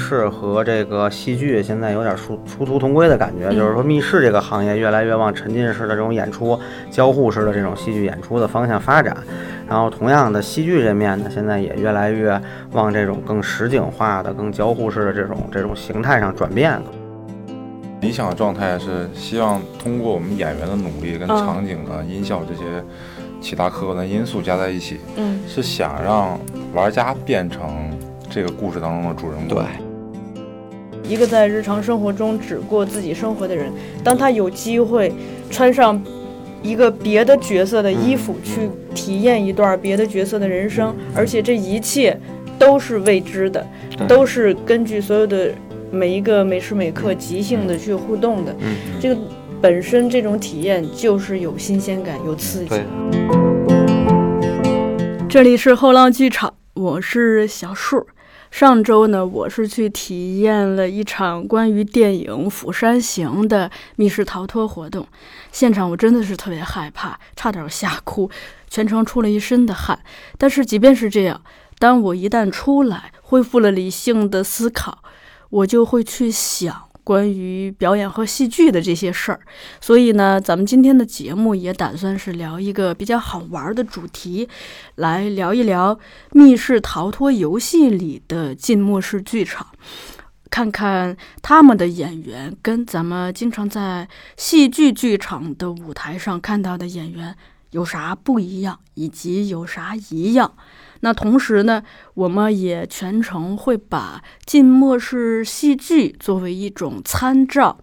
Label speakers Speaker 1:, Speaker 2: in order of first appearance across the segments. Speaker 1: 室和这个戏剧现在有点殊殊途同归的感觉，就是说密室这个行业越来越往沉浸式的这种演出、交互式的这种戏剧演出的方向发展。然后，同样的戏剧这面呢，现在也越来越往这种更实景化的、更交互式的这种这种形态上转变了。
Speaker 2: 理想的状态是希望通过我们演员的努力、跟
Speaker 3: 嗯
Speaker 2: 场景啊、音效这些其他客观的因素加在一起，
Speaker 3: 嗯，
Speaker 2: 是想让玩家变成这个故事当中的主人公。
Speaker 4: 对，
Speaker 3: 一个在日常生活中只过自己生活的人，当他有机会穿上一个别的角色的衣服，去体验一段别的角色的人生，而且这一切都是未知的，都是根据所有的每一个每时每刻即兴的去互动的。这个本身这种体验就是有新鲜感，有刺激
Speaker 4: 对。
Speaker 5: 这里是后浪剧场，我是小树。上周呢，我是去体验了一场关于电影《釜山行》的密室逃脱活动，现场我真的是特别害怕，差点吓哭，全程出了一身的汗。但是即便是这样，当我一旦出来，恢复了理性的思考，我就会去想关于表演和戏剧的这些事儿。所以呢，咱们今天的节目也打算是聊一个比较好玩儿的主题，来聊一聊密室逃脱游戏里的浸没式剧场，看看他们的演员跟咱们经常在戏剧剧场的舞台上看到的演员有啥不一样，以及有啥一样。那同时呢，我们也全程会把浸没式戏剧作为一种参照，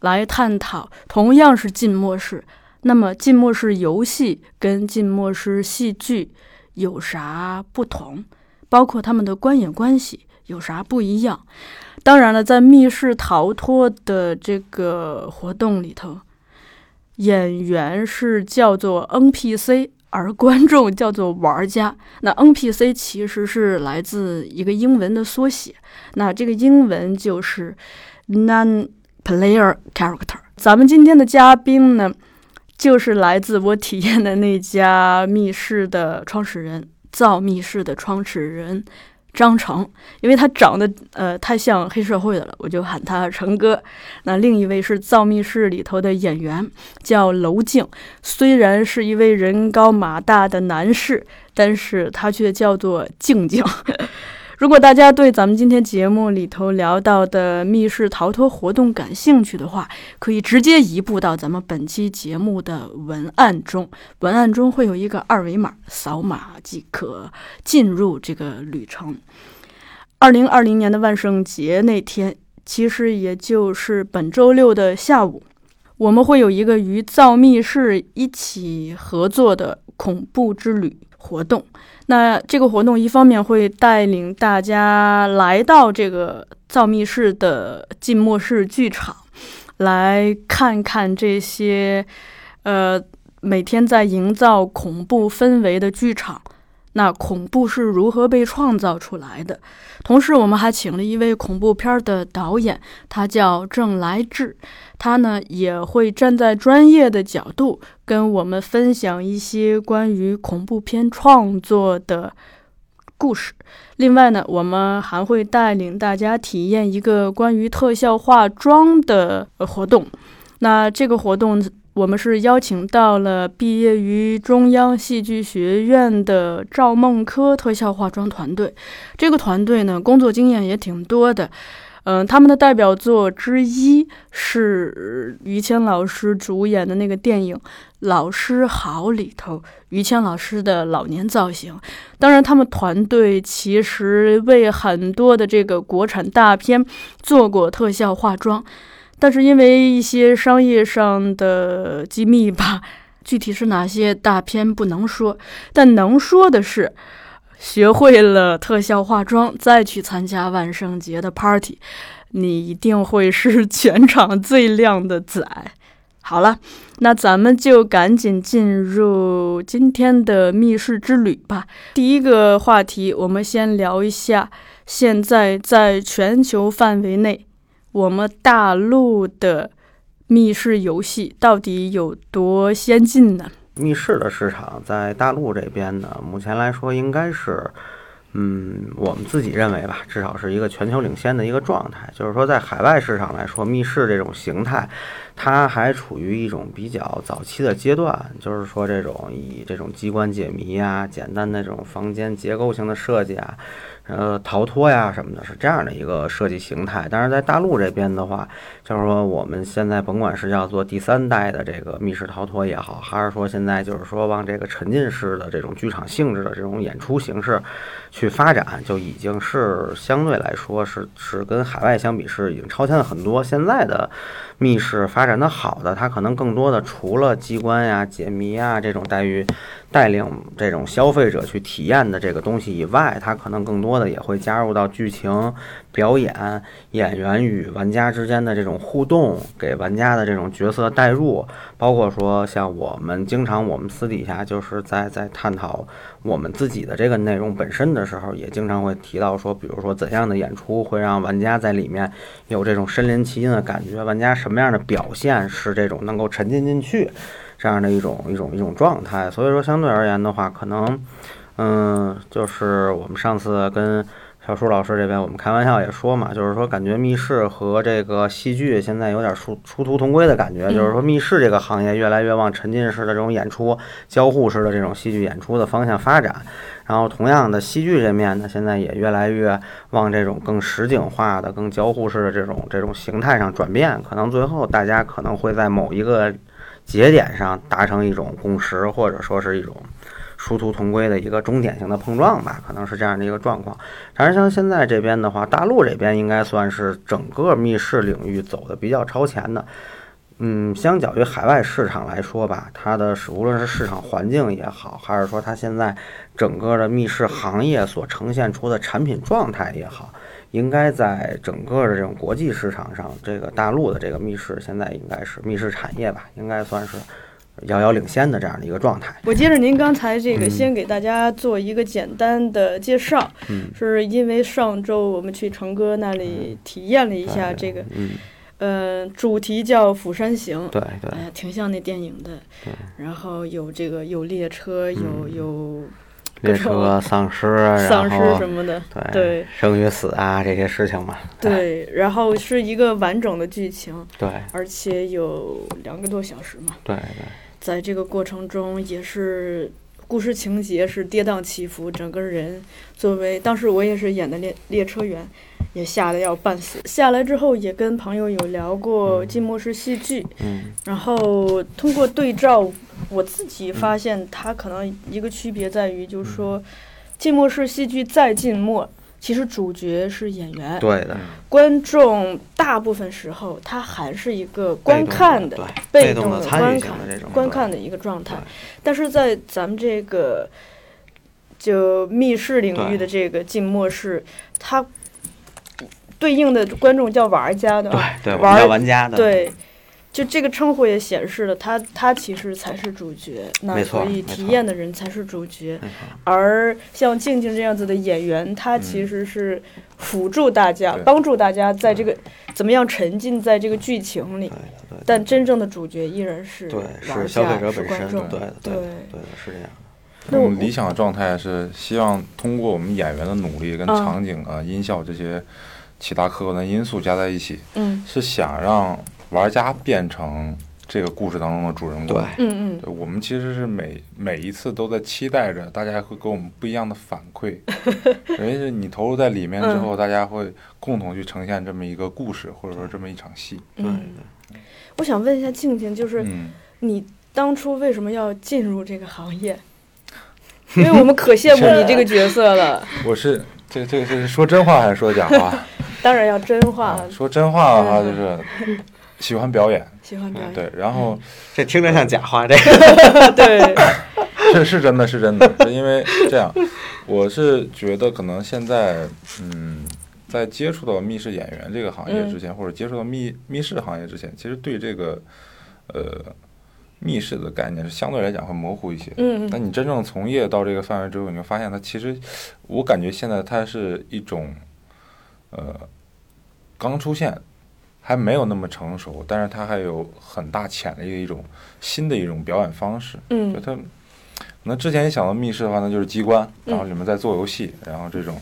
Speaker 5: 来探讨同样是浸没式，那么浸没式游戏跟浸没式戏剧有啥不同？包括他们的观演关系有啥不一样？当然了，在密室逃脱的这个活动里头，演员是叫做 NPC，而观众叫做玩家。那 NPC 其实是来自一个英文的缩写，那这个英文就是 Non-Player Character。咱们今天的嘉宾呢，就是来自我体验的那家密室的创始人，造密室的创始人张成，因为他长得呃太像黑社会的了，我就喊他成哥。那另一位是造密室里头的演员，叫娄静，虽然是一位人高马大的男士，但是他却叫做静 静。如果大家对咱们今天节目里头聊到的密室逃脱活动感兴趣的话，可以直接移步到咱们本期节目的文案中，文案中会有一个二维码，扫码即可进入这个旅程。二零二零年的万圣节那天，其实也就是本周六的下午，我们会有一个与造密室一起合作的恐怖之旅活动。那这个活动一方面会带领大家来到这个造密室的浸没式剧场。来看看这些，呃，每天在营造恐怖氛围的剧场，那恐怖是如何被创造出来的？同时，我们还请了一位恐怖片儿的导演，他叫郑来志，他呢也会站在专业的角度跟我们分享一些关于恐怖片创作的故事。另外呢，我们还会带领大家体验一个关于特效化妆的呃活动。那这个活动，我们是邀请到了毕业于中央戏剧学院的赵梦科特效化妆团队。这个团队呢，工作经验也挺多的。嗯、他们的代表作之一是于谦老师主演的那个电影《老师好》里头，于谦老师的老年造型。当然，他们团队其实为很多的这个国产大片做过特效化妆，但是因为一些商业上的机密吧，具体是哪些大片不能说，但能说的是。学会了特效化妆，再去参加万圣节的 party，你一定会是全场最靓的仔。好了，那咱们就赶紧进入今天的密室之旅吧。第一个话题，我们先聊一下现在在全球范围内，我们大陆的密室游戏到底有多先进呢？
Speaker 1: 密室的市场在大陆这边呢，目前来说应该是嗯，我们自己认为吧，至少是一个全球领先的一个状态。就是说，在海外市场来说，密室这种形态，它还处于一种比较早期的阶段。就是说，这种以这种机关解谜啊、简单的这种房间结构性的设计啊，呃，逃脱呀什么的，是这样的一个设计形态。但是在大陆这边的话，就是说我们现在甭管是要做第三代的这个密室逃脱也好，还是说现在就是说往这个沉浸式的这种剧场性质的这种演出形式。去发展，就已经是相对来说是是跟海外相比是已经超前了很多。现在的密室发展的好的，它可能更多的除了机关呀、解谜啊这种带于带领这种消费者去体验的这个东西以外，它可能更多的也会加入到剧情、表演、演员与玩家之间的这种互动，给玩家的这种角色代入，包括说像我们经常我们私底下就是在在探讨。我们自己的这个内容本身的时候，也经常会提到说，比如说怎样的演出会让玩家在里面有这种身临其境的感觉，玩家什么样的表现是这种能够沉浸进去这样的一种一种一种状态。所以说，相对而言的话，可能，嗯，就是我们上次跟小舒老师这边，我们开玩笑也说嘛，就是说感觉密室和这个戏剧现在有点殊殊途同归的感觉，就是说密室这个行业越来越往沉浸式的这种演出、交互式的这种戏剧演出的方向发展。然后，同样的戏剧这面呢，现在也越来越往这种更实景化的、更交互式的这种这种形态上转变。可能最后大家可能会在某一个节点上达成一种共识，或者说是一种殊途同归的一个终点型的碰撞吧，可能是这样的一个状况。当然，像现在这边的话，大陆这边应该算是整个密室领域走的比较超前的。嗯，相较于海外市场来说吧，它的是无论是市场环境也好，还是说它现在整个的密室行业所呈现出的产品状态也好，应该在整个的这种国际市场上，这个大陆的这个密室现在应该是密室产业吧，应该算是遥遥领先的这样的一个状态。
Speaker 5: 我接着您刚才这个，
Speaker 1: 嗯
Speaker 5: 先给大家做一个简单的介绍，
Speaker 1: 嗯
Speaker 5: 是因为上周我们去成哥那里体验了一下这个，
Speaker 1: 嗯，
Speaker 5: 呃，主题叫《釜山行》，
Speaker 1: 对对，
Speaker 5: 哎呀，挺像那电影的。然后有这个有列车，有有
Speaker 1: 列车丧尸，嗯啊然
Speaker 5: 丧尸
Speaker 1: 后
Speaker 5: 什么的，
Speaker 1: 对
Speaker 5: 对
Speaker 1: 生与死啊这些事情嘛，哎
Speaker 5: 对。然后是一个完整的剧情，
Speaker 1: 对
Speaker 5: 而且有两个多小时嘛。
Speaker 1: 对对，
Speaker 5: 在这个过程中，也是故事情节是跌宕起伏，整个人作为当时我也是演的列列车员，也吓得要半死。下来之后，也跟朋友有聊过浸没式戏剧，
Speaker 1: 嗯
Speaker 5: 然后通过对照，我自己发现它可能一个区别在于，就是说，浸没式戏剧再浸没，其实主角是演员，
Speaker 1: 对的，
Speaker 5: 观众大部分时候他还是一个观
Speaker 1: 被动
Speaker 5: 看的
Speaker 1: 对、
Speaker 5: 被
Speaker 1: 动
Speaker 5: 动
Speaker 1: 的
Speaker 5: 的
Speaker 1: 参与
Speaker 5: 观
Speaker 1: 性
Speaker 5: 看
Speaker 1: 的这种
Speaker 5: 观
Speaker 1: 对
Speaker 5: 看的一个状态
Speaker 1: 对。
Speaker 5: 但是在咱们这个就密室领域
Speaker 1: 对
Speaker 5: 的这个浸没式，它对应的观众叫玩家的
Speaker 1: 对
Speaker 5: 啊，
Speaker 1: 对，我
Speaker 5: 玩
Speaker 1: 们
Speaker 5: 儿
Speaker 1: 叫玩家的，
Speaker 5: 对，就这个称呼也显示了他他其实才是主角，那
Speaker 1: 没错
Speaker 5: 所以
Speaker 1: 没
Speaker 5: 体
Speaker 1: 错
Speaker 5: 验的人才是主角，
Speaker 1: 没错，嗯
Speaker 5: 而像静静这样子的演员，他其实是辅助大家，
Speaker 2: 对
Speaker 5: 帮助大家在这个怎么样沉浸在这个剧情
Speaker 1: 嗯对。
Speaker 5: 里
Speaker 1: 的对的。
Speaker 5: 但真正的主角依然是
Speaker 1: 对，
Speaker 5: 玩
Speaker 1: 是消费
Speaker 5: 家
Speaker 1: 者
Speaker 5: 是
Speaker 1: 本
Speaker 5: 观
Speaker 1: 身，
Speaker 5: 众
Speaker 1: 对的，对的
Speaker 5: 对，
Speaker 1: 对的，是这样。
Speaker 5: 那
Speaker 2: 我
Speaker 5: 我
Speaker 2: 们理想状态是希望通过我们演员的努力、跟
Speaker 5: 嗯
Speaker 2: 场景啊、音效这些其他客观的因素加在一起，
Speaker 5: 嗯
Speaker 2: 是想让玩家变成这个故事当中的主人公。
Speaker 1: 对
Speaker 5: 嗯嗯，
Speaker 2: 对，我们其实是每每一次都在期待着大家会给我们不一样的反馈，人家是你投入在里面之后，大家会共同去呈现这么一个故事，或者说这么一场戏。
Speaker 1: 对
Speaker 5: 嗯
Speaker 1: 对
Speaker 5: 我想问一下静静，就是
Speaker 2: 嗯，
Speaker 5: 你当初为什么要进入这个行业？ 因为我们可羡慕你这个角色了，
Speaker 2: 我是这这这是说真话还是说假话？
Speaker 5: 当然要真话
Speaker 2: 啊，说真话的话就是喜欢表演，
Speaker 5: 喜欢表演。
Speaker 2: 对，然后
Speaker 1: 这听着像假话，这个
Speaker 5: 对，
Speaker 2: 是是真的是真的，是因为这样，我是觉得可能现在，嗯，在接触到密室演员这个行业之前，或者接触到密密室行业之前，其实对这个，呃，密室的概念是相对来讲会模糊一些。
Speaker 5: 嗯
Speaker 2: 但
Speaker 5: 嗯
Speaker 2: 你真正从业到这个范围之后，你会发现它其实，我感觉现在它是一种，呃，刚出现，还没有那么成熟，但是它还有很大潜力的一种新的一种表演方式。就
Speaker 5: 嗯
Speaker 2: 它那之前一想到密室的话，那就是机关，然后里面在做游戏，然后这种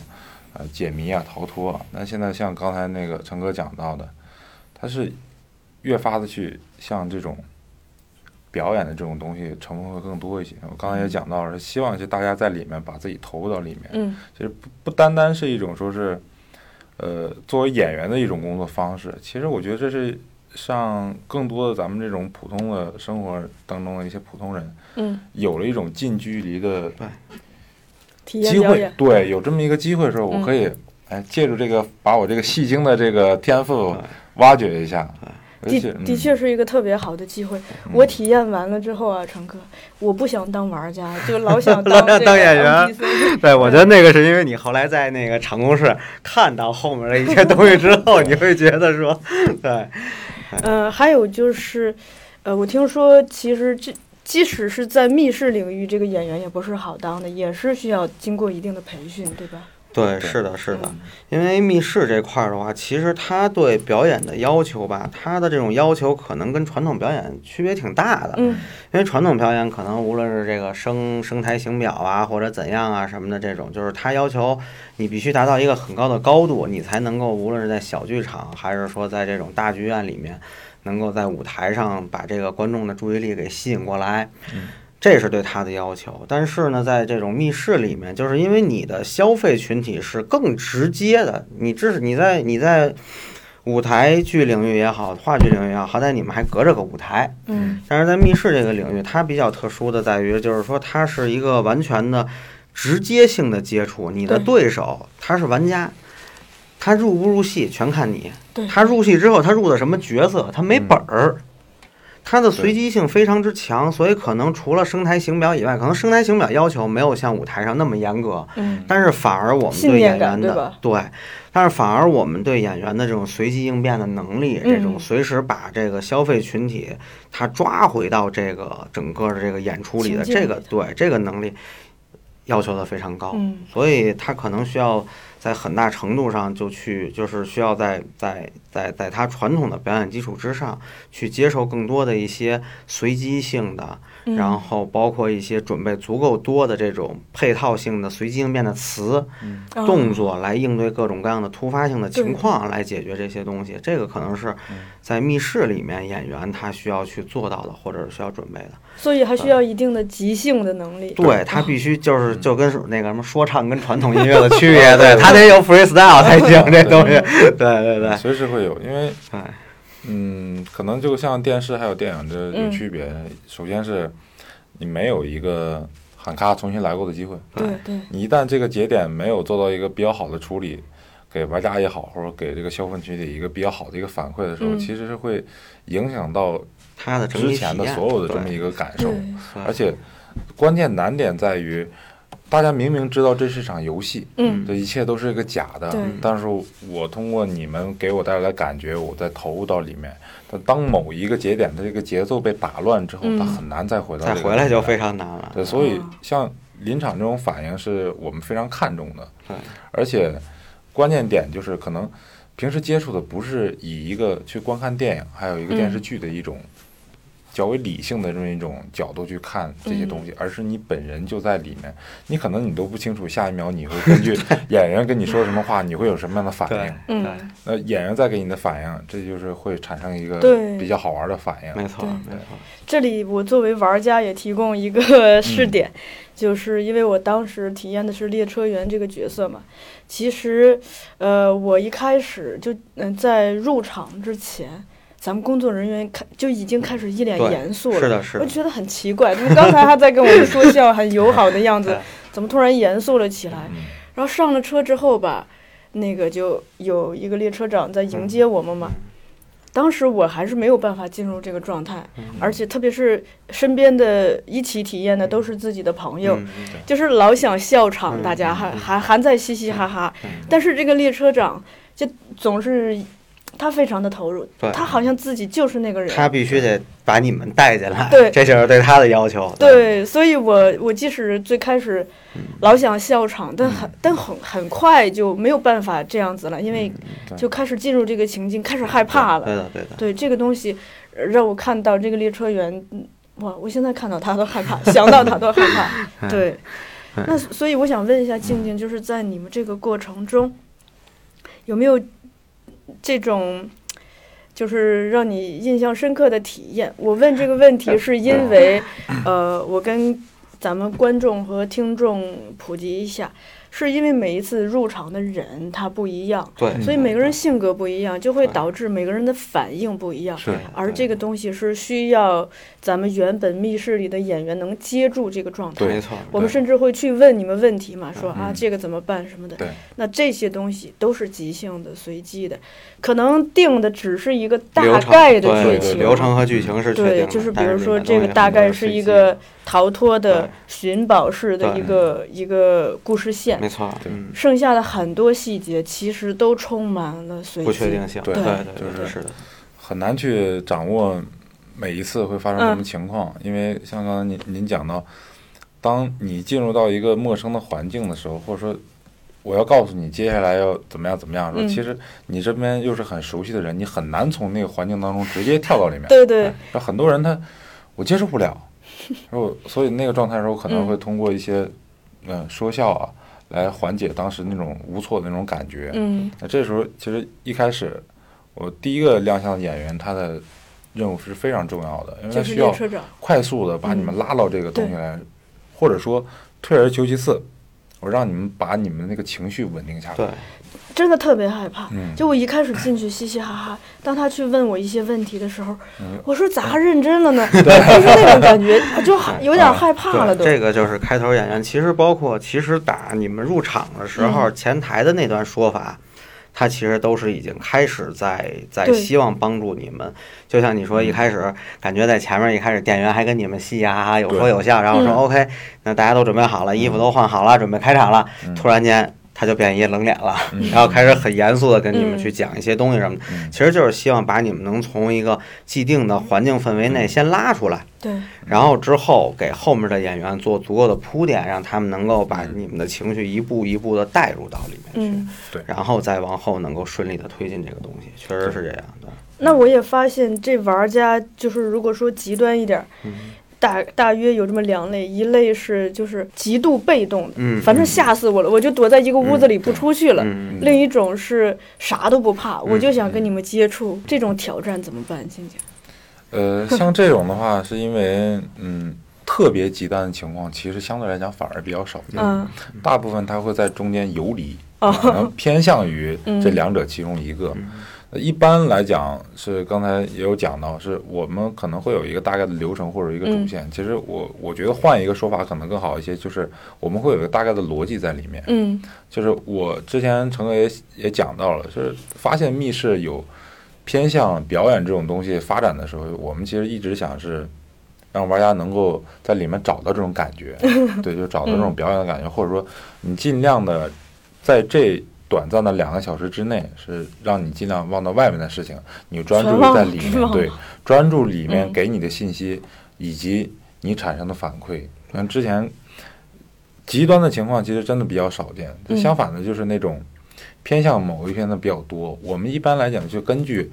Speaker 2: 呃解谜啊、逃脱啊。那现在像刚才那个陈哥讲到的，它是越发的去像这种表演的这种东西成分会更多一些。我刚才也讲到了，希望就大家在里面把自己投入到里面，
Speaker 5: 嗯
Speaker 2: 其实不不单单是一种说是，呃，作为演员的一种工作方式。其实我觉得这是让更多的咱们这种普通的生活当中的一些普通人，
Speaker 5: 嗯，
Speaker 2: 有了一种近距离的
Speaker 5: 体验
Speaker 2: 机
Speaker 5: 表
Speaker 2: 会
Speaker 5: 演，。嗯
Speaker 2: 对，有这么一个机会的时候，我可以哎借助这个把我这个戏精的这个天赋挖掘一下。而
Speaker 5: 的
Speaker 2: 且嗯
Speaker 5: 的确是一个特别好的机会，
Speaker 1: 嗯
Speaker 5: 我体验完了之后啊，成哥，我不想当玩家， 就老想当这个
Speaker 1: 当演员
Speaker 5: NPC
Speaker 1: 对，我觉得那个是因为你后来在那个场控室看到后面的一些东西之 后，你会觉得说，对，
Speaker 5: 呃，还有就是，呃，我听说其实这即使是在密室领域，这个演员也不是好当的，也是需要经过一定的培训，对吧？
Speaker 1: 对，
Speaker 2: 对
Speaker 1: 是的，是的，因为密室这块儿的话，其实它对表演的要求吧，它的这种要求可能跟传统表演区别挺大的。
Speaker 5: 嗯
Speaker 1: 因为传统表演可能无论是这个声声台形表啊，或者怎样啊什么的这种，就是它要求你必须达到一个很高的高度，你才能够无论是在小剧场还是说在这种大剧院里面，能够在舞台上把这个观众的注意力给吸引过来。这是对他的要求，但是呢，在这种密室里面，就是因为你的消费群体是更直接的，你至少你在你在舞台剧领域也好，话剧领域也好，好歹你们还隔着个舞台，
Speaker 5: 嗯
Speaker 1: 但是在密室这个领域，它比较特殊的在于，就是说它是一个完全的直接性的接触，你的对手他是玩家，他入不入戏全看你
Speaker 5: 对。
Speaker 1: 他入戏之后，他入的什么角色，他没本儿。他的随机性非常之强，所以可能除了声台形表以外，可能声台形表要求没有像舞台上那么严格，
Speaker 5: 嗯
Speaker 1: 但是反而我们
Speaker 5: 信
Speaker 1: 对
Speaker 5: 念
Speaker 1: 演
Speaker 5: 感
Speaker 1: 员
Speaker 5: 对
Speaker 1: 的
Speaker 5: 吧
Speaker 1: 对但是反而我们对演员的这种随机应变的能力，这种
Speaker 5: 嗯
Speaker 1: 随时把这个消费群体他抓回到这个整个的这个演出里的
Speaker 5: 情境
Speaker 1: 这个
Speaker 5: 里
Speaker 1: 对这个能力要求的非常高，
Speaker 5: 嗯
Speaker 1: 所以他可能需要在很大程度上就去就是需要在在在在他传统的表演基础之上去接受更多的一些随机性的，
Speaker 5: 嗯
Speaker 1: 然后包括一些准备足够多的这种配套性的随机应变的词、
Speaker 5: 哦
Speaker 1: 动作来应对各种各样的突发性的情况，来解决这些东西。这个可能是
Speaker 2: 嗯
Speaker 1: 在密室里面演员他需要去做到的，或者是需要准备的。
Speaker 5: 所以还需要一定的即兴的能力。
Speaker 1: 嗯对他必须
Speaker 2: 嗯
Speaker 1: 就是就跟那个什么说唱跟传统音乐的区 别，对他得有 freestyle 才行，这东西。对对对，
Speaker 2: 随时会有，因为
Speaker 1: 哎，
Speaker 2: 嗯，可能就像电视还有电影这有
Speaker 5: 嗯
Speaker 2: 区别。首先是你没有一个喊咔重新来过的机会，
Speaker 5: 对对，
Speaker 1: 嗯
Speaker 2: 你一旦这个节点没有做到一个比较好的处理，给玩家也好，或者给这个消费群体一个比较好的一个反馈的时候，
Speaker 5: 嗯
Speaker 2: 其实是会影响到
Speaker 1: 他的整
Speaker 2: 之
Speaker 1: 体体
Speaker 2: 前
Speaker 1: 验
Speaker 2: 的所有的这么
Speaker 1: 对
Speaker 2: 一个感受
Speaker 5: 对。
Speaker 2: 而且关键难点在于，大家明明知道这是场游戏，
Speaker 5: 嗯
Speaker 2: 这一切都是一个假的
Speaker 5: 对，
Speaker 1: 嗯
Speaker 2: 但是我通过你们给我带来的感觉，我再投入到里面。但当某一个节点，它这个节奏被打乱之后，
Speaker 5: 嗯
Speaker 2: 它很难再回到这
Speaker 1: 再
Speaker 2: 个
Speaker 1: 回来就非
Speaker 2: 节点
Speaker 1: 常难了。
Speaker 2: 对，所
Speaker 5: 哦
Speaker 2: 以像临场这种反应是我们非常看重的，
Speaker 1: 对
Speaker 2: 而且关键点就是可能平时接触的不是以一个去观看电影，还有一个电
Speaker 5: 嗯
Speaker 2: 视剧的一种较为理性的这么一种角度去看这些
Speaker 5: 嗯
Speaker 2: 东西，而是你本人就在里面，你可能你都不清楚下一秒你会根据演员跟你说什么话，你会有什么样的反
Speaker 1: 对
Speaker 2: 应，
Speaker 1: 对，
Speaker 5: 嗯
Speaker 2: 那演员再给你的反应，这就是会产生一个
Speaker 5: 对
Speaker 2: 比较好玩的反应，
Speaker 1: 没错
Speaker 5: 对
Speaker 1: 没错。
Speaker 5: 这里我作为玩家也提供一
Speaker 1: 嗯
Speaker 5: 个 试点，就是因为我当时体验的是列车员这个角色嘛。其实，呃，我一开始就嗯、在入场之前，咱们工作人员开就已经开始一脸
Speaker 1: 对
Speaker 5: 严肃了，
Speaker 1: 是的是的
Speaker 5: 我就觉得很奇怪，他们刚才还在跟我们说笑，很友好的样 子
Speaker 1: 对，
Speaker 5: 怎么突然严肃了起来？
Speaker 2: 嗯
Speaker 5: 然后上了车之后吧，那个就有一个列车长在迎接我们嘛。当时我还是没有办法进入这个状态，
Speaker 1: 嗯
Speaker 5: 而且特别是身边的一起体验的都是自己的朋友，
Speaker 1: 嗯
Speaker 5: 就是老想笑场，
Speaker 1: 嗯
Speaker 5: 大家
Speaker 1: 嗯
Speaker 5: 还
Speaker 1: 嗯
Speaker 5: 还还在嘻嘻哈哈。但是这个列车长就总是他非常的投入，
Speaker 1: 对
Speaker 5: 他好像自己就是那个人，
Speaker 1: 他必须得把你们带进来，
Speaker 5: 对
Speaker 1: 这就是对他的要求。，
Speaker 5: 对，所以我我即使最开始老想笑场，但很但很很快就没有办法这样子了，因为
Speaker 2: 对
Speaker 5: 就开始进入这个情境，开始害怕
Speaker 1: 对
Speaker 5: 了。
Speaker 1: 的，对的，
Speaker 5: 对这个东西，呃让我看到这个列车员嗯哇，我现在看到他都害怕，想到他都害怕。对，那所以我想问一下静静，就是在你们这个过程中，有没有这种就是让你印象深刻的体验？我问这个问题是因为，呃，我跟咱们观众和听众普及一下，是因为每一次入场的人他不一样，
Speaker 1: 对
Speaker 5: 所以每个人性格不一样，就会
Speaker 2: 对
Speaker 5: 导致每个人的反应不一样。
Speaker 2: 是
Speaker 5: 而这个东西是需要咱们原本密室里的演员能接住这个状态。
Speaker 2: 对
Speaker 1: 没错，
Speaker 5: 我们
Speaker 2: 对
Speaker 5: 甚至会去问你们问题嘛，说啊
Speaker 2: 嗯
Speaker 5: 这个怎么办什么的。
Speaker 2: 对
Speaker 5: 那这些东西都是即兴的、随机的，可能定的只是一个
Speaker 1: 流
Speaker 5: 大
Speaker 1: 程
Speaker 5: 概的
Speaker 1: 对
Speaker 5: 剧
Speaker 2: 对
Speaker 5: 情。
Speaker 1: 流程和剧情是确定
Speaker 5: 对，
Speaker 1: 的
Speaker 5: 就是比
Speaker 1: 但
Speaker 5: 如说
Speaker 1: 里面
Speaker 5: 这个
Speaker 1: 东西
Speaker 5: 大
Speaker 1: 很多
Speaker 5: 概
Speaker 1: 是
Speaker 5: 是
Speaker 1: 随
Speaker 5: 一
Speaker 1: 机
Speaker 5: 个逃脱的
Speaker 1: 对
Speaker 5: 寻宝式的一
Speaker 1: 对
Speaker 5: 个一个故事线
Speaker 1: 的，没错，
Speaker 2: 对
Speaker 1: 嗯，
Speaker 5: 剩下的很多细节其实都充满了随机。
Speaker 1: 嗯不确定性，
Speaker 2: 对
Speaker 1: 对
Speaker 5: 对
Speaker 1: 对
Speaker 2: 就是
Speaker 1: 是的，
Speaker 2: 很难去掌握每一次会发生
Speaker 5: 嗯
Speaker 2: 什么情况，因为像刚才您您讲到，当你进入到一个陌生的环境的时候，或者说我要告诉你接下来要怎么样怎么样，说
Speaker 5: 嗯
Speaker 2: 其实你这边又是很熟悉的人，你很难从那个环境当中直接跳到里面。
Speaker 5: 对
Speaker 1: 哎
Speaker 5: 对
Speaker 2: 然后很多人他我接受不了，然后所以那个状态的时候，可能
Speaker 5: 嗯
Speaker 2: 会通过一些嗯、呃说笑啊来缓解当时那种无措的那种感觉。
Speaker 5: 嗯
Speaker 2: 那这时候其实一开始，我第一个亮相的演员，他的任务是非常重要的，因为他
Speaker 5: 就是
Speaker 2: 需
Speaker 5: 列
Speaker 2: 要
Speaker 5: 车长。
Speaker 2: 快速的把你们拉到这个东西
Speaker 5: 对
Speaker 2: 来，或者说退而求其次，我让你们把你们那个情绪稳定下来。
Speaker 1: 对，
Speaker 5: 真的特别害怕。
Speaker 2: 嗯
Speaker 5: 就我一开始进去嘻嘻哈哈，当他去问我一些问题的时候，
Speaker 2: 嗯
Speaker 5: 我说咋还认真了 呢？就是那种感觉，我就
Speaker 2: 哎
Speaker 5: 好有
Speaker 2: 啊
Speaker 5: 点害怕了都。
Speaker 1: 这个就是开头演员，其实包括其实打你们入场的时候，
Speaker 5: 嗯
Speaker 1: 前台的那段说法。他其实都是已经开始在在
Speaker 5: 对
Speaker 1: 希望帮助你们，就像你说
Speaker 2: 嗯
Speaker 1: 一开始感觉在前面一开始店员还跟你们嘻嘻哈哈有说
Speaker 2: 对嗯
Speaker 1: 有笑，然后说
Speaker 5: 嗯
Speaker 1: OK，那大家都准备好了，衣服都换好了，准备开场了，突然间他就变一冷脸了，然后开始很严肃的跟你们
Speaker 5: 嗯
Speaker 1: 去讲一些东西什么的，
Speaker 2: 嗯
Speaker 1: 其实就是希望把你们能从一个既定的环境氛围
Speaker 2: 嗯
Speaker 1: 内先拉出来，
Speaker 5: 对，
Speaker 1: 然后之后给后面的演员做足够的铺垫，让他们能够把你们的情绪一步一步的带入到里面去，
Speaker 5: 嗯。
Speaker 1: 然后再往后能够顺利的推进这个东西，确实是这样的。
Speaker 5: 那我也发现这玩家就是，如果说极端一点儿，
Speaker 1: 嗯
Speaker 5: 大大约有这么两类，一类是就是极度被动的，
Speaker 1: 嗯，
Speaker 5: 反正吓死我了，我就躲在一个屋子里不出去了。
Speaker 1: 嗯，
Speaker 5: 另一种是啥都不怕，我就
Speaker 1: 嗯
Speaker 5: 想跟你们接触，这种挑战怎么办，静静？
Speaker 2: 呃，像这种的话，是因为嗯。特别极端的情况，其实相对来讲反而比较少见。
Speaker 5: 嗯，
Speaker 2: 大部分他会在中间游离，啊
Speaker 5: 哦
Speaker 2: 可能偏向于
Speaker 5: 嗯
Speaker 2: 这两者其中一个。那一般来讲，是刚才也有讲到，是我们可能会有一个大概的流程或者一个
Speaker 5: 嗯
Speaker 2: 主线。其实我我觉得换一个说法可能更好一些，就是我们会有一个大概的逻辑在里面。
Speaker 5: 嗯
Speaker 2: 就是我之前程哥也也讲到了，就是发现密室有偏向表演这种东西发展的时候，我们其实一直想是让玩家能够在里面找到这种感 觉，对，就找到这
Speaker 5: 嗯
Speaker 2: 种表演的感觉，或者说你尽量的在这短暂的两个小时之内，是让你尽量忘到外面的事情，你专注于在里
Speaker 5: 全
Speaker 2: 面，
Speaker 5: 忘
Speaker 2: 对，专注里面
Speaker 5: 嗯
Speaker 2: 给你的信息以及你产生的反馈。像之前极端的情况其实真的比较少见，
Speaker 5: 嗯
Speaker 2: 相反的就是那种偏向某一篇的比较多。我们一般来讲就根据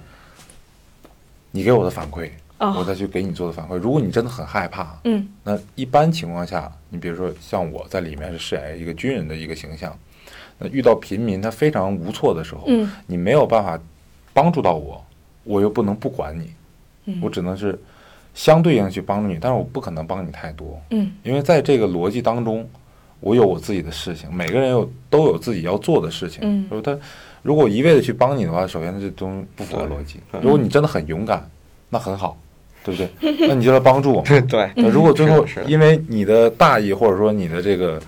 Speaker 2: 你给我的反馈，
Speaker 5: 啊
Speaker 2: 我再去给你做的反馈。如果你真的很害怕，
Speaker 5: 嗯。
Speaker 2: 那一般情况下，你比如说像我在里面是饰演一个军人的一个形象，那遇到平民他非常无措的时候，
Speaker 5: 嗯
Speaker 2: 你没有办法帮助到我，我又不能不管你，
Speaker 5: 嗯
Speaker 2: 我只能是相对应去帮助你，但是我不可能帮你太多，
Speaker 5: 嗯
Speaker 2: 因为在这个逻辑当中，我有我自己的事情，每个人有都有自己要做的事情。
Speaker 5: 嗯
Speaker 2: 如果他如果我一味的去帮你的话，首先这东西不符合逻辑。
Speaker 1: 对。
Speaker 2: 如果你真的很勇敢，那很好，对不对？那你就来帮助我
Speaker 1: 对 对，
Speaker 2: 那如果最后
Speaker 1: 是的是的
Speaker 2: 因为你的大意或者说你的这个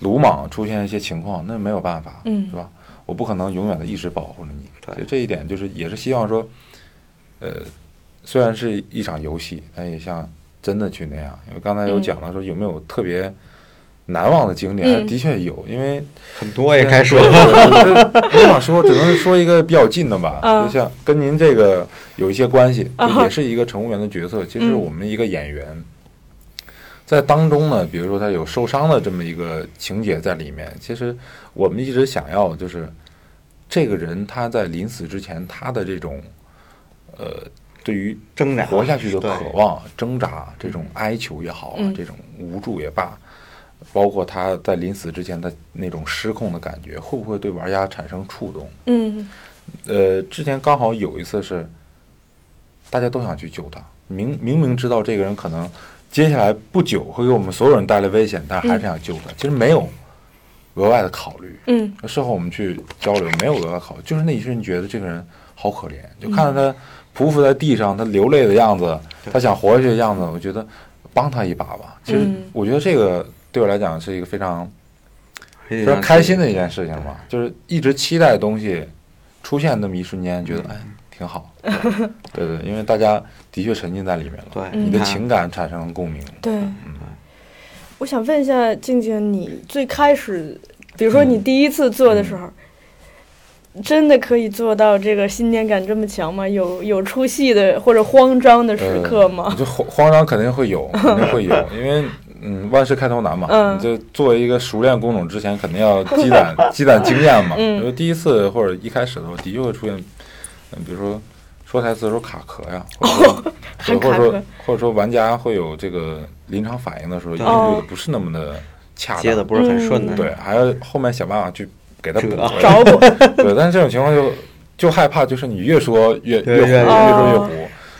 Speaker 2: 鲁莽出现一些情况，那没有办法，
Speaker 5: 嗯
Speaker 2: 是吧？我不可能永远的一直保护着你。
Speaker 1: 对
Speaker 2: 所以这一点就是也是希望说，呃，虽然是一场游戏，但也像真的去那样。因为刚才有
Speaker 5: 嗯
Speaker 2: 讲到说有没有特别难忘的经历，
Speaker 5: 嗯
Speaker 2: 的确有，因为
Speaker 1: 很多也该说
Speaker 2: 对，对对没法说，只能说一个比较近的吧。
Speaker 5: 嗯
Speaker 2: 就像跟您这个有一些关系，
Speaker 5: 啊
Speaker 2: 就也是一个乘务员的角色。其实我们一个演员，在当中呢，比如说他有受伤的这么一个情节在里面。其实我们一直想要就是，这个人他在临死之前他的这种呃对于
Speaker 1: 挣扎
Speaker 2: 活下去的
Speaker 1: 对
Speaker 2: 渴望、挣扎，这种哀求也好啊，
Speaker 5: 嗯
Speaker 2: 这种无助也罢，包括他在临死之前的那种失控的感觉，会不会对玩家产生触动？
Speaker 5: 嗯
Speaker 2: 呃，之前刚好有一次是，大家都想去救他，明明明知道这个人可能接下来不久会给我们所有人带来危险，但还是想救他。其实没有额外的考虑，
Speaker 5: 嗯
Speaker 2: 事后我们去交流，没有额外考虑，就是那一瞬间觉得这个人好可怜，就看到他匍匐在地上，他流泪的样子，他想活下去的样子，我觉得帮他一把吧。其实
Speaker 5: 嗯
Speaker 2: 我觉得这个对我来讲是一个非常
Speaker 1: 非
Speaker 2: 非常开心的一件事情嘛，就是一直期待的东西出现那么一瞬间，觉得哎挺好。对 对，因为大家的确沉浸在里面了，
Speaker 1: 对
Speaker 5: 嗯
Speaker 2: 你的
Speaker 1: 看
Speaker 2: 情感产生了共鸣。
Speaker 5: 对。我想问一下静静，你最开始，比如说你第一次做的时候，真的可以做到这个信念感这么强吗？有有出戏的或者慌张的时刻
Speaker 2: 呃
Speaker 5: 吗？
Speaker 2: 就慌慌张肯定会有，肯定会有，因为嗯，万事开头难嘛。
Speaker 5: 嗯
Speaker 2: 你就作为一个熟练工种之前，肯定要积 攒积攒经验嘛。
Speaker 5: 嗯
Speaker 2: 因为第一次或者一开始的时候，的确会出现，嗯，比如说说台词的时候卡壳呀，或者说、或者
Speaker 5: 还哦卡
Speaker 2: 说
Speaker 5: 壳
Speaker 2: 或者说玩家会有这个临场反应的时候，应
Speaker 5: 哦
Speaker 2: 对的不是那么的恰当，
Speaker 1: 接的不是很顺的，
Speaker 2: 嗯对，还要后面想办法去给他补
Speaker 1: 这
Speaker 2: 回
Speaker 1: 个啊
Speaker 2: 来。
Speaker 5: 找补，
Speaker 2: 对，但是这种情况就就害怕，就是你越说越
Speaker 1: 对
Speaker 2: 越
Speaker 1: 越
Speaker 2: 糊，越说越
Speaker 5: 哦
Speaker 2: 糊。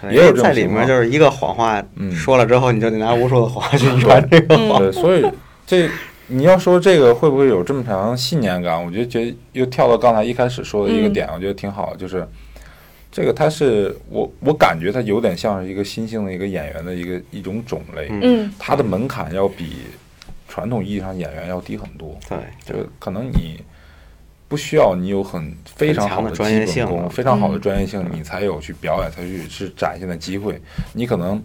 Speaker 1: 对，
Speaker 2: 也有这种
Speaker 1: 在里
Speaker 2: 情
Speaker 1: 面
Speaker 2: 况
Speaker 1: 就是一个谎话
Speaker 2: 嗯
Speaker 1: 说了之后，你就得拿无数的谎话 去圆这个谎。
Speaker 2: 对，所以这你要说这个会不会有这么强信念感？我就觉得又跳到刚才一开始说的一个
Speaker 5: 嗯
Speaker 2: 点，我觉得挺好，就是这个它是我我感觉它有点像是一个新兴的一个演员的一个一种种类，
Speaker 1: 嗯
Speaker 5: 嗯
Speaker 2: 它的门槛要比传统意义上演员要低很多，
Speaker 1: 对，
Speaker 2: 就可能你。不需要你有很非
Speaker 1: 很
Speaker 2: 常
Speaker 1: 强
Speaker 2: 好
Speaker 1: 的
Speaker 2: 的
Speaker 1: 专业
Speaker 2: 基
Speaker 1: 性
Speaker 2: 本功，
Speaker 1: 了
Speaker 2: 非常好的专业性，你才有去表演，才去是展现的机会。你可能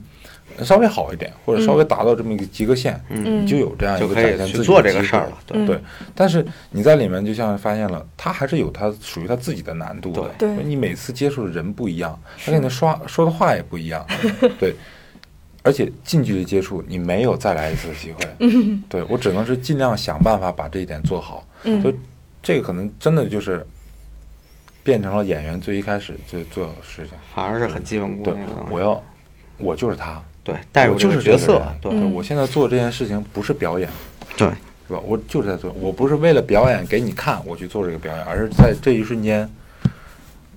Speaker 2: 稍微好一点，或者稍微达到这么一个及格线，
Speaker 5: 嗯
Speaker 2: 你就有这样一
Speaker 1: 就
Speaker 2: 个
Speaker 1: 可
Speaker 2: 展
Speaker 1: 以
Speaker 2: 现自
Speaker 1: 去
Speaker 2: 己
Speaker 1: 做
Speaker 2: 的
Speaker 1: 这个
Speaker 2: 机
Speaker 1: 事儿
Speaker 2: 会
Speaker 1: 了。
Speaker 5: 嗯
Speaker 1: 对，
Speaker 2: 对，但是你在里面就像发现了，他还是有他属于他自己的难度的。
Speaker 5: 对
Speaker 2: 因为你每次接触的人不一样，而且你刷说的话也不一 样，对。而且近距离接触，你没有再来一次的机会。对我只能是尽量想办法把这一点做好。所以
Speaker 5: 嗯嗯
Speaker 2: 这个可能真的就是变成了演员最一开始最最好的事情。
Speaker 1: 反而是很基本
Speaker 2: 嗯对
Speaker 1: 功那个，东
Speaker 2: 我
Speaker 1: 西。
Speaker 2: 要，我就是他，
Speaker 1: 对，带入
Speaker 2: 我
Speaker 1: 这
Speaker 2: 就
Speaker 1: 个
Speaker 2: 是
Speaker 1: 角
Speaker 2: 这个
Speaker 1: 色
Speaker 2: 人，嗯
Speaker 1: 对
Speaker 2: 对
Speaker 5: 嗯
Speaker 2: 我现在做这件事情不是表演，
Speaker 1: 对，
Speaker 2: 是吧？我就是在做，我不是为了表演给你看，我去做这个表演，而是在这一瞬间，